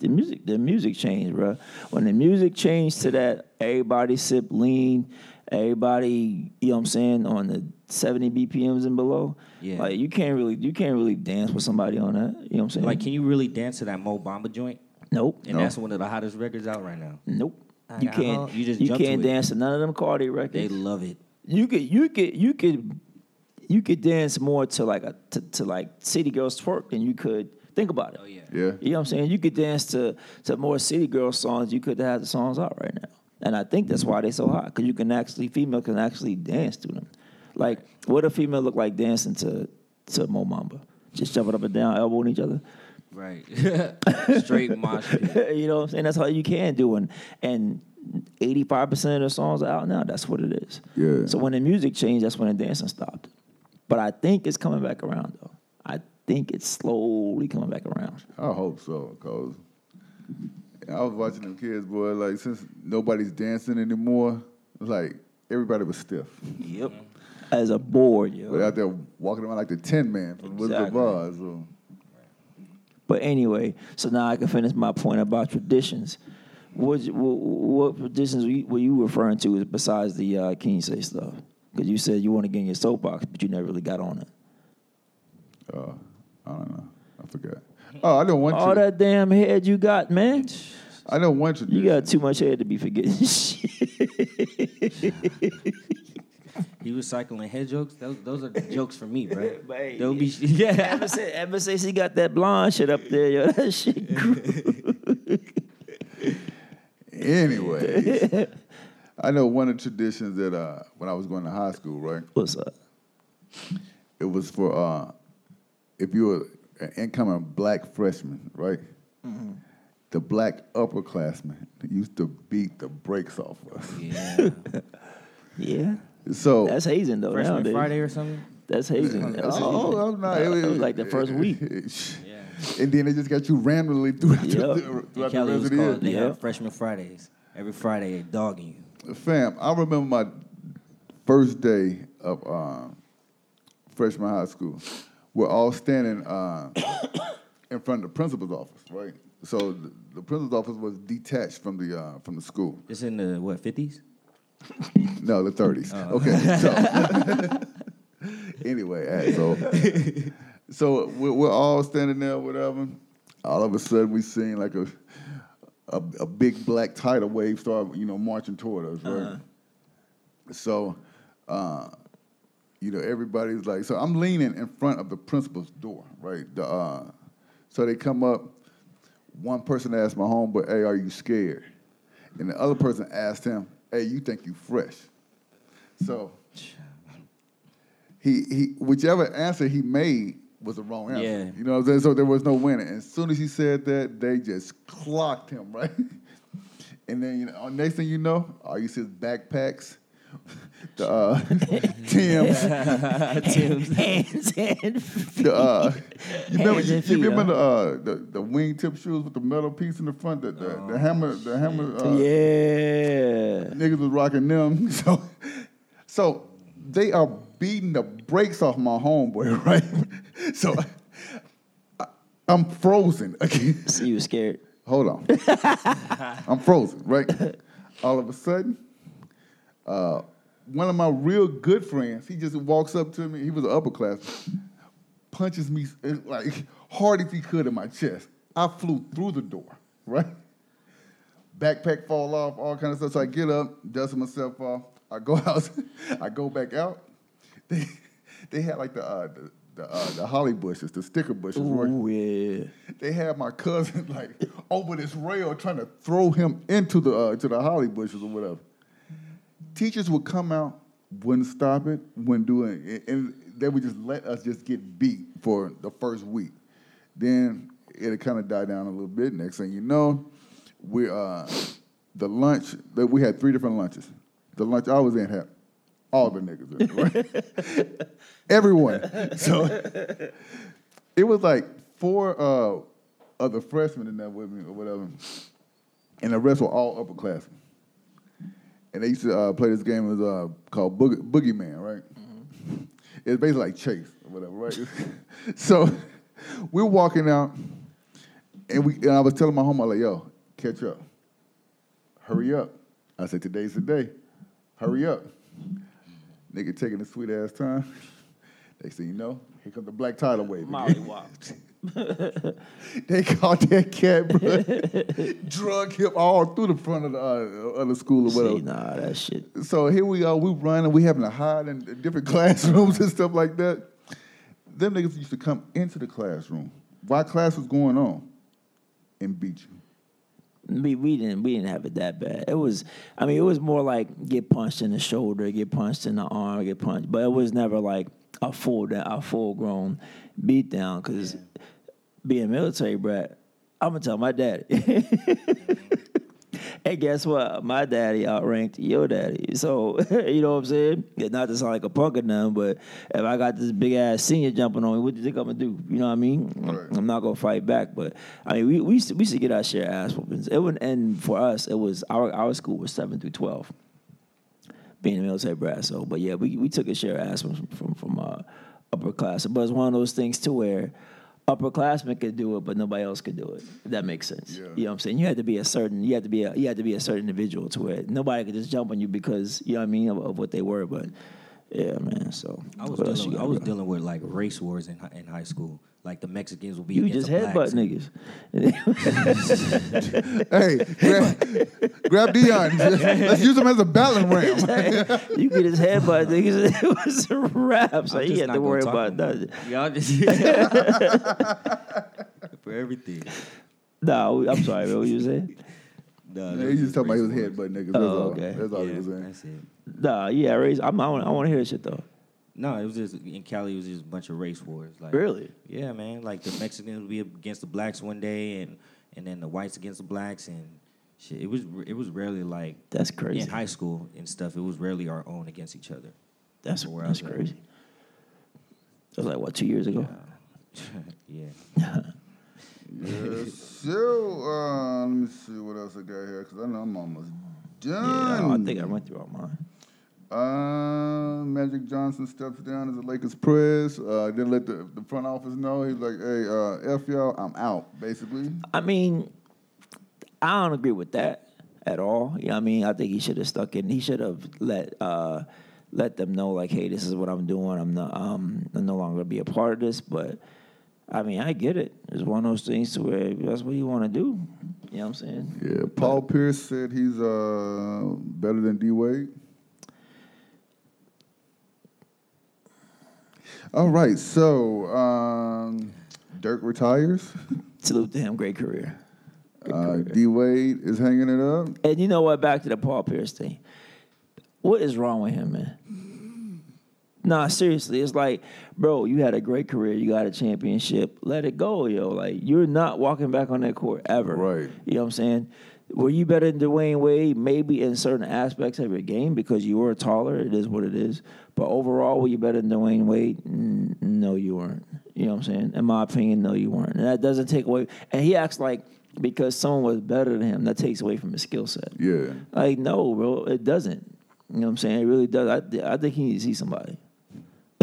The music, the music changed, bro. When the music changed to that, everybody sip lean, everybody, you know what I'm saying, on the 70 BPMs and below.
Yeah.
Like you can't really, you can't really dance with somebody on that. You know what I'm saying?
Like, can you really dance to that Mo Bamba joint?
nope,
And that's one of the hottest records out right now.
nope.
I
You
got
can't.
hooked. You just
you
jump to
can't
it.
dance to none of them Cardi records.
They love it.
you could you could you could you could dance more to like a to, to like city girls twerk than you could think about it.
Oh, yeah.
Yeah.
You know what I'm saying? You could dance to to more city girl songs. You could have the songs out right now, and I think that's why they so hot because you can actually female can actually dance to them. Like, what a female look like dancing to to Mo Mamba? Just jumping up and down, elbowing each other.
Right. Straight mosh pit.
you know what I'm saying? That's all you can do. And and 85% of the songs are out now. That's what it is.
Yeah.
So when the music changed, that's when the dancing stopped. But I think it's coming back around though. I think it's slowly coming back around.
I hope so, cause I was watching them kids, boy. Like since nobody's dancing anymore, like everybody was stiff.
Yep. As a board, yo.
But out there walking around like the Tin Man from the Wizard of
Exactly.
Oz. So.
But anyway, so now I can finish my point about traditions. What what, what traditions were you, were you referring to besides the uh, King Say stuff? Because you said you want to get in your soapbox, but you never really got on it.
I don't know. I forgot. Oh, I don't want
All
you.
that damn head you got, man.
I don't want you.
You got too much head to be forgetting shit.
He was cycling head jokes. Those, those are jokes for me, right?
But hey,
They'll be yeah.
ever, since, ever since he got that blonde shit up there, yo, that shit grew.
Anyway, I know one of the traditions that uh, when I was going to high school, right?
What's up?
It was for uh, if you were an incoming black freshman, right?
Mm-hmm.
The black upperclassmen used to beat the brakes off us.
yeah.
Yeah.
So
That's hazing, though.
Freshman
nowadays.
Friday or something.
That's hazing. That's hazing.
oh, I'm not.
That was like the first week.
Yeah.
And then they just got you randomly throughout,
Yep.
the,
In
throughout the
Cali, it
rest
was
of the year.
called, they
Yeah.
had freshman Fridays. Every Friday, they dogging you.
Fam, I remember my first day of um, freshman high school. We're all standing uh, in front of the principal's office, right? So the, the principal's office was detached from the uh, from the school.
It's in the what fifties?
No, the 30s. Okay. So anyway, all right, so so we're, we're all standing there, whatever. All of a sudden, we seen like a a, a big black tidal wave start, you know, marching toward us, right? So, uh, you know, everybody's like, so I'm leaning in front of the principal's door, right? The, uh, so they come up. One person asked my homeboy, "Hey, are you scared?" And the other person asked him, "Hey, you think you fresh?" So he he whichever answer he made was the wrong answer.
Yeah.
You know what I'm saying? So there was no winning. And as soon as he said that, they just clocked him, right? And then you know, next thing you know, all you see is backpacks, the uh, Tim's,
Hands and feet.
the uh, you remember,
Hands
you,
and
you
feet,
remember the, uh, the the wingtip shoes with the metal piece in the front, the the, the hammer, the hammer. Uh,
yeah.
niggas was rocking them. So, so they are beating the brakes off my homeboy, right? So I- I'm frozen again.
So you was scared.
Hold on. I'm frozen, right? All of a sudden, uh, one of my real good friends, he just walks up to me. He was an upperclassman. Punches me as, like hard as he could in my chest. I flew through the door, right? Backpack fall off, all kind of stuff. So I get up, dust myself off. I go out. I go back out. They, they had like the uh, the the, uh, the holly bushes, the sticker bushes. right?
Ooh, yeah.
they had my cousin like over this rail trying to throw him into the uh, to the holly bushes or whatever. Teachers would come out, wouldn't stop it, wouldn't do it, and they would just let us just get beat for the first week. Then it kind of died down a little bit. Next thing you know, we uh, the lunch that we had three different lunches. The lunch I was in had all the niggas in, it, right? Everyone. So it was like four uh, other freshmen in that with me or whatever. and the rest were all upperclassmen. And they used to uh, play this game it was, uh, called Boogie, Boogeyman, right? It's basically like chase or whatever, right? so we're walking out, and we and I was telling my homie, like, yo, catch up. Hurry up. I said, today's the day. Hurry up. Nigga taking his sweet ass time. Next thing you know, here comes the black tidal wave.
Molly Wop.
They caught that cat, bro. Drug him all through the front of the, uh, of the school or whatever.
See, nah, that shit.
So here we are, we running, we having to hide in different classrooms and stuff like that. Them niggas used to come into the classroom while class was going on and beat you.
We, we didn't we didn't have it that bad. It was I mean it was more like get punched in the shoulder, get punched in the arm, get punched, but it was never like a full da- a full grown beat down because being military brat, I'm gonna tell my daddy. And guess what? My daddy outranked your daddy. So, you know what I'm saying? Yeah, Not to sound like a punk or nothing, but if I got this big ass senior jumping on me, what do you think I'm gonna do? You know what I mean?
Right.
I'm not gonna fight back. But I mean, we we used to, we used to get our share of ass whoopings. It would, and for us, it was our our school was seven through twelve, being a military brass. So, but yeah, we we took a share of ass from from from uh, upperclassmen. But it's one of those things too where. Upperclassmen could do it, but nobody else could do it. If that makes sense.
Yeah.
You know what I'm saying? You had to be a certain. You had to be a. You had to be a certain individual to where nobody could just jump on you because you know what I mean of, of what they were. But yeah, man. So
I was
what else
dealing,
you
I
got,
was
bro?
dealing with like race wars in hi- in high school. Like the Mexicans will be
You
against
just
the blacks.
headbutt niggas.
Hey, grab, grab Dion. Let's use him as a battering ram.
you get his head by niggas, and it was a wrap. So
I'm
he
just
had
not
to
gonna
worry
talk
about
no more.
nothing.
Y'all just for everything.
Nah, we- I'm sorry, bro. What you saying?
No,
He just talking about his head, but niggas. That's
Oh,
all.
okay.
That's all he was
Yeah,
saying.
that's it.
Nah, yeah, raise. I'm, I want. I want to hear that shit though.
No, it was just in Cali. It was just a bunch of race wars. Like
Really?
Yeah, man. Like the Mexicans would be against the blacks one day, and and then the whites against the blacks, and shit. It was it was rarely like
That's crazy.
in high school and stuff. It was rarely our own against each other.
that's
Where I
that's
was at.
crazy. That was like what two years ago.
yeah.
Yes, Uh, so uh, let me see what else I got here because I know I'm almost
Yeah,
done.
I think I went through all mine.
Uh, Magic Johnson steps down as the Lakers press. Uh, didn't let the, the front office know. He's like, "Hey, uh, f y'all, I'm out." Basically,
I mean, I don't agree with that at all. You know what I mean? I think he should have stuck in. He should have let uh, let them know like, hey, this is what I'm doing. I'm not um I'm no longer be a part of this. But I mean, I get it. It's one of those things to where if that's what you want to do. You know what I'm saying?
yeah. Paul Pierce said he's uh better than D Wade. All right, so um, Dirk retires.
Salute to him. Great career.
Uh, D Wade is hanging it up.
And you know what? Back to the Paul Pierce thing. What is wrong with him, man? Nah, seriously, it's like, bro, you had a great career, you got a championship, let it go, yo. Like, you're not walking back on that court ever.
Right.
You know what I'm saying? Were you better than Dwayne Wade? Maybe in certain aspects of your game because you were taller. It is what it is. But overall, were you better than Dwayne Wade? N- No, you weren't. You know what I'm saying? In my opinion, no, you weren't. And that doesn't take away. And he acts like because someone was better than him, that takes away from his skill set.
Yeah,
Like, no, bro, it doesn't. You know what I'm saying? It really does. I, thi- I think he needs to see somebody.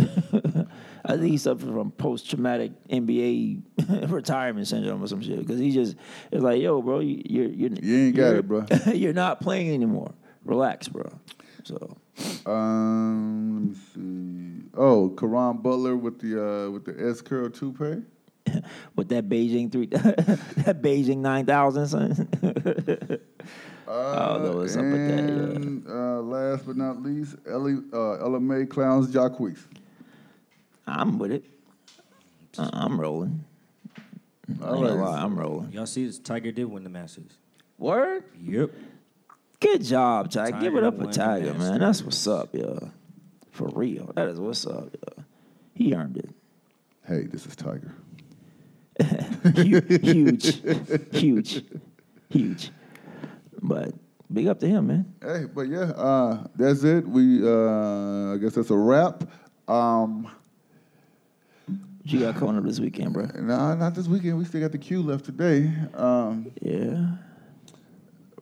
I think he suffers from post traumatic NBA retirement syndrome or some shit because he just it's like, yo, bro, you, you're, you're
You ain't got
you're-
it, bro.
you're not playing anymore. Relax, bro. So
Um, let me see. Oh, Karan Butler with the uh, with the S curl toupee.
with that Beijing three, that Beijing nine thousand, son.
Uh,
that was up with that, yeah.
and uh, last but not least, Ellie, uh, LMA clowns Jacquees.
I'm with it. I- I'm rolling. I ain't gonna lie, I'm rolling.
Y'all see, this Tiger did win the Masters.
Word.
Yep.
Good job, Tiger. Give it
Tiger
up
won
for
the
Tiger, man.
Masters.
That's what's up, yo. For real. That is what's up, yo. He earned it.
Hey, this is Tiger.
Hu- huge. huge. Huge. But big up to him, man.
Hey, but yeah, uh, that's it. We uh, I guess that's a wrap. Um,
What you got coming up this weekend, bro?
nah, not this weekend. We still got the queue left today. Um,
Yeah.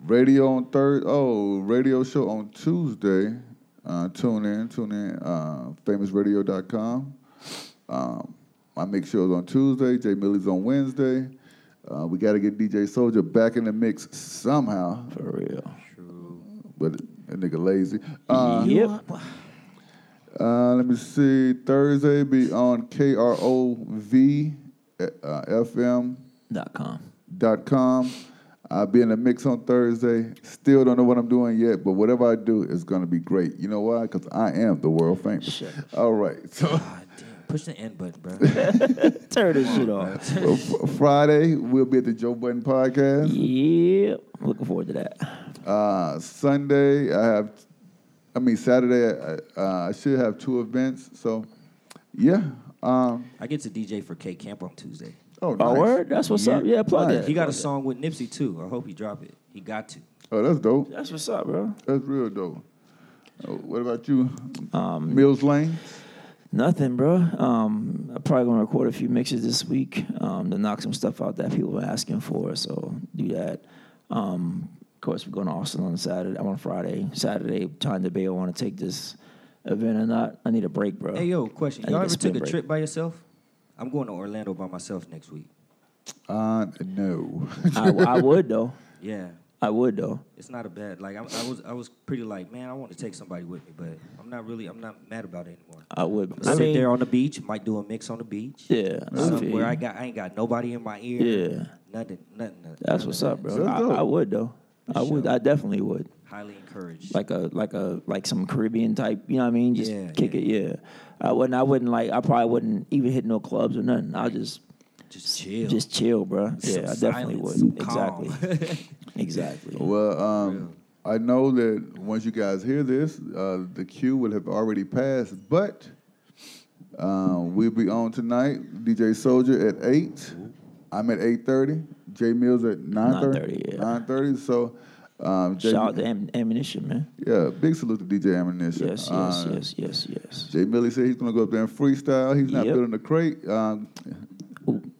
Radio on third. Oh, radio show on Tuesday. Uh, tune in, tune in. Uh, famousradio.com. Um, I make shows on Tuesday. Jay Millie's on Wednesday. Uh, we got to get DJ Soldier back in the mix somehow,
For real.
but that nigga lazy. Uh,
yep.
uh, let me see. Thursday be on KROV uh, FM.
Dot com.
dot com. I'll be in the mix on Thursday. Still don't know what I'm doing yet, but whatever I do is gonna be great. You know why? Because I am the world famous.
Shit.
All right. So
God damn. Push the end button, bro.
Turn this shit off.
f- Friday we'll be at the Joe Button podcast.
Yep. Looking forward to that.
Uh, Sunday I have, I mean Saturday I, uh, I should have two events. So yeah. Um,
I get to DJ for K Camp on Tuesday.
oh,
Oh,
nice.
word? That's what's up. Yeah, plug
Nice.
it.
He got a song with Nipsey too. I hope he drop it. He got to.
Oh, that's dope.
That's what's up, bro.
That's real dope. Oh, what about you, Mills Lane?
Nothing, bro. Um, I'm probably gonna record a few mixes this week um, to knock some stuff out that people were asking for. So do that. Um, of course, we're going to Austin on Saturday. I'm on Friday, Saturday. Trying to be. I want to take this event or not. I need a break, bro.
Hey yo, question.
Oh. I need
Y'all ever
spring
took a
break.
trip by yourself? I'm going to Orlando by myself next week.
Uh, no.
I, I would though.
Yeah.
I would though.
It's not a bad like I, I was I was pretty like man I want to take somebody with me but I'm not really I'm not mad about it anymore.
I would.
I
I
sit
mean,
there on the beach, might do a mix on the beach.
yeah. I feel
Somewhere
you.
I got I ain't got nobody in my ear.
Yeah.
Nothing nothing. nothing
That's what's up, bro.
That's dope.
I, I would though. I would. I definitely would.
Highly encouraged.
like a like a like some Caribbean type. You know what I mean? Just
Yeah,
kick
yeah.
it. Yeah, I wouldn't. I wouldn't like. I probably wouldn't even hit no clubs or nothing. I just
just chill.
just chill, bro. Yeah,
Some
I definitely
silence,
would.
some calm.
Exactly. exactly.
Well, um, I know that once you guys hear this, uh, the queue will have already passed, but um, we'll be on tonight. DJ Soldier at eight. I'm at eight thirty. Jay Mills at nine thirty.
9:30, yeah.
Nine thirty. So, um, Jay,
Shout out to Am- ammunition, man.
yeah, big salute to DJ Ammunition.
Yes, yes,
Uh,
yes, yes, yes.
Jay Millie said he's gonna go up there and freestyle. He's not
Yep.
building a crate. Um,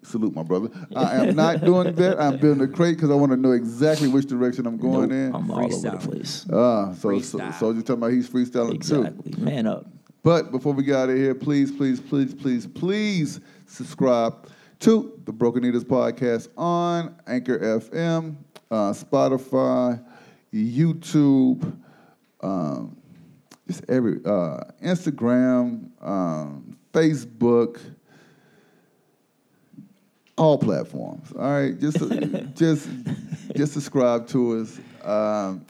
salute, my brother. I am not doing that. I'm building a crate because I want to know exactly which direction I'm going
Nope,
in.
I'm all over the
Freestyle.
place.
Ah, so, so
Freestyle.
so you're talking about he's freestyling too.
Exactly. Man up.
But before we get out of here, please, please, please, please, please subscribe to the Broken Eaters podcast on Anchor FM, uh, Spotify, YouTube, um, just every uh, Instagram, um, Facebook, all platforms. All right, just just just subscribe to us. Um,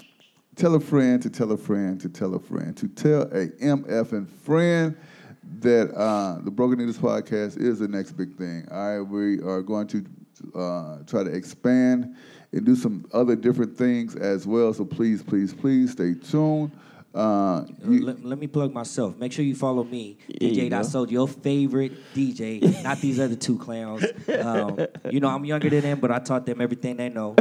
tell a friend to tell a friend to tell a friend to tell a MF and friend that uh, the Broken Eaters podcast is the next big thing. All right, we are going to uh, try to expand and do some other different things as well. So please, please, please stay tuned. Uh, you-
let, let me plug myself. Make sure you follow me,
you
DJ
go.
Dot Soldier, your favorite DJ, not these other two clowns. Um, you know, I'm younger than them, but I taught them everything they know.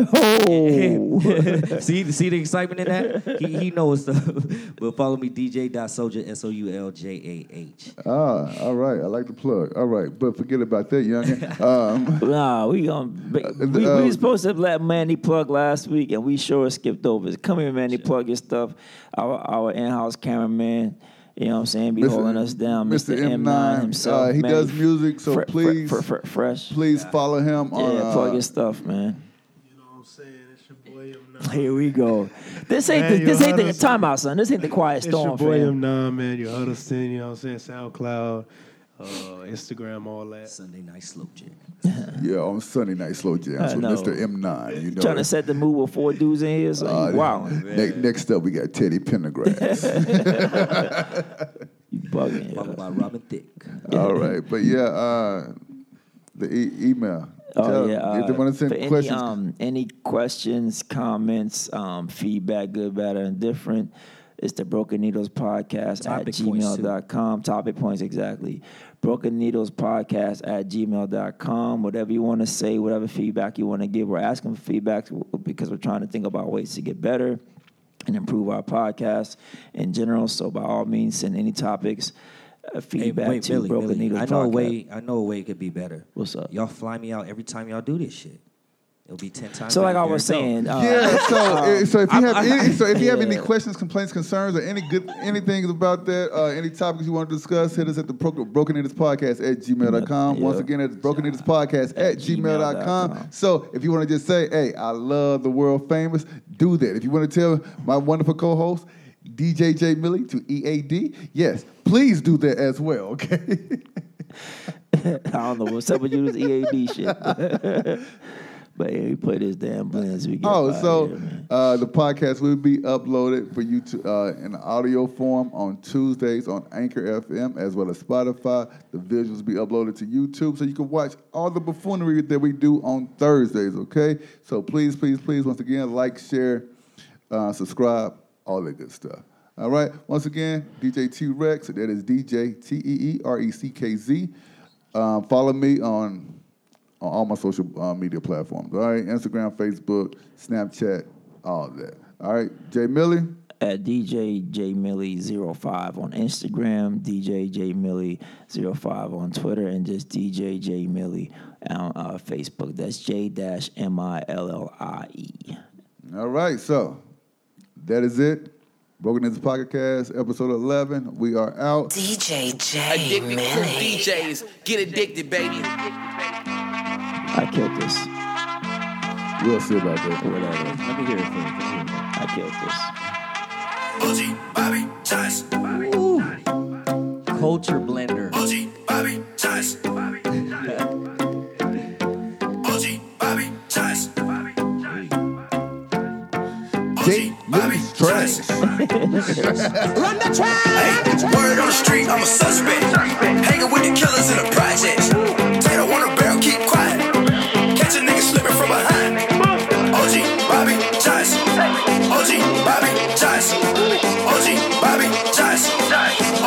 see, see the excitement in that? He, he knows stuff. but follow me, DJ Dot Soldier, S O U L J A H.
ah, all right. I like the plug. All right, but forget about that, youngin. Um,
Nah, we going we,
Uh,
we
uh,
was supposed to let Manny plug last week, and we sure skipped over. it. Come here, Manny, plug your stuff. Our, our in-house cameraman, you know what I'm saying, be
Mr.
holding us down.
Mr.
Mr. M9,
M9,
himself.
uh, he
Manny
does music, so
Fre- Fre-
please-
Fre- Fre- fresh.
please follow him
yeah,
on.
plug
uh,
your stuff, man.
You know what I'm saying? It's your boy M9.
Here we go. This ain't
Man,
the, this
you
ain't the
heard us.
timeout, son. This ain't the quiet
It's
storm,
your boy
fam.
M9, man. You Huddleston, you know what I'm saying? SoundCloud, uh, Instagram, all that.
Sunday night slow jam.
Yeah, on Sunday night slow jams
I
with
know.
Mr. M9. You know,
Trying to set the mood with four dudes in here, so
Uh,
you wilding.
ne- next up, we got Teddy Pendergrass.
You bugging.
Followed
yo.
by Robin Thicke.
All right, but yeah, uh, the e- email.
Oh
Tell
yeah.
them if they
uh,
want to
for
send
any,
questions.
um, any questions, comments, um, feedback, good, bad, or indifferent, it's the Broken Needles Podcast
Topic
at
points, too.
gmail.com. Topic points, exactly. Broken Needles Podcast at gmail.com. Whatever you want to say, whatever feedback you want to give, we're asking for feedback because we're trying to think about ways to get better and improve our podcast in general. So by all means, send any topics, uh,
Hey,
feedback
wait,
to
Billy,
Broken
Billy,
Needles
I know a
Podcast.
way. I know a way it could be better.
What's up?
Y'all fly me out every time y'all do this shit. It'll be ten times.
So like
better.
I
There
was
you go.
saying, uh,
Yeah, so uh, so if you have any, so if you have any
Yeah.
questions, complaints, concerns, or any good anything about that, uh, any topics you want to discuss, hit us at the bro- broken Idiots podcast at gmail.com. Once
Yeah.
again, it's broken Idiots podcast at gmail.com.
gmail.com.
So if you want to just say, hey, I love the world famous, do that. If you want to tell my wonderful co host, DJ J Millie to EAD, yes, please do that as well, okay?
I don't know what's up with you, this EAD shit. but yeah, we play this damn blends. We get
Oh,
outta
so
here, man.
uh, the podcast will be uploaded for you to uh, in audio form on Tuesdays on Anchor FM as well as Spotify. The visuals will be uploaded to YouTube, so you can watch all the buffoonery that we do on Thursdays. Okay, so please, please, please, once again, like, share, uh, subscribe, all that good stuff. All right, once again, DJ T Rex. That is DJ T E E R E C K Z. Um, follow me on on all my social uh, media platforms. All right, Instagram, Facebook, Snapchat, all that. All right, Jay Millie.
at DJ J Millie 05 on Instagram, DJ J Millie 05 on Twitter, and just DJ J Millie on uh, Facebook. That's J dash M I L L I E.
All right, so that is it. Broken into podcast, episode eleven. We are out.
DJ J
Addicted cool
Millie.
DJs. Get addicted, baby.
I killed this.
We'll see about that.
Whatever.
let me hear it for you. Let me hear
I killed
it.
this.
Uzi, Bobby, Tice.
Culture blender.
Uzi, Bobby, Tice. Uzi, Bobby, Tice.
Jay
Uzi, Bobby,
Millie's
Tice.
trash.
Hey, word on the street, I'm a suspect. Hanging with the killers in the projects. Tato on a barrel, keep quiet. Catch a nigga slipping from behind. OG, Bobby, Johnson. OG, Bobby, Johnson. OG, Bobby, Johnson.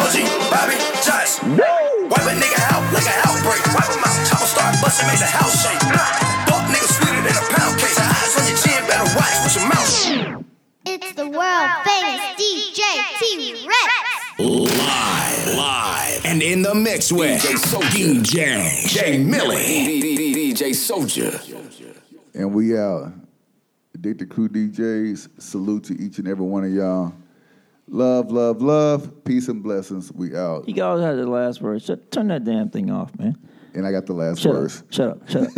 OG, Bobby, Johnson. Wipe a nigga out like an outbreak. Wipe him out. Chopper start busting, make the house shake. Fuck nigga sweeter than a pound cake. The eyes on your chin, better watch with your mouth.
It's the world famous DJ T Rex.
Live, live, and in the mix with DJ, DJ J Millie, DJ Soldier.
And we out. Addicted Crew DJs. Salute to each and every one of y'all. Love, love, love. Peace and blessings. We out.
You guys had the last word. Shut, turn that damn thing off, man.
And I got the last
Shut
verse.
up. Shut up. Shut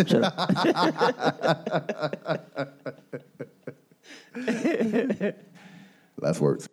up. Shut up.
Last words.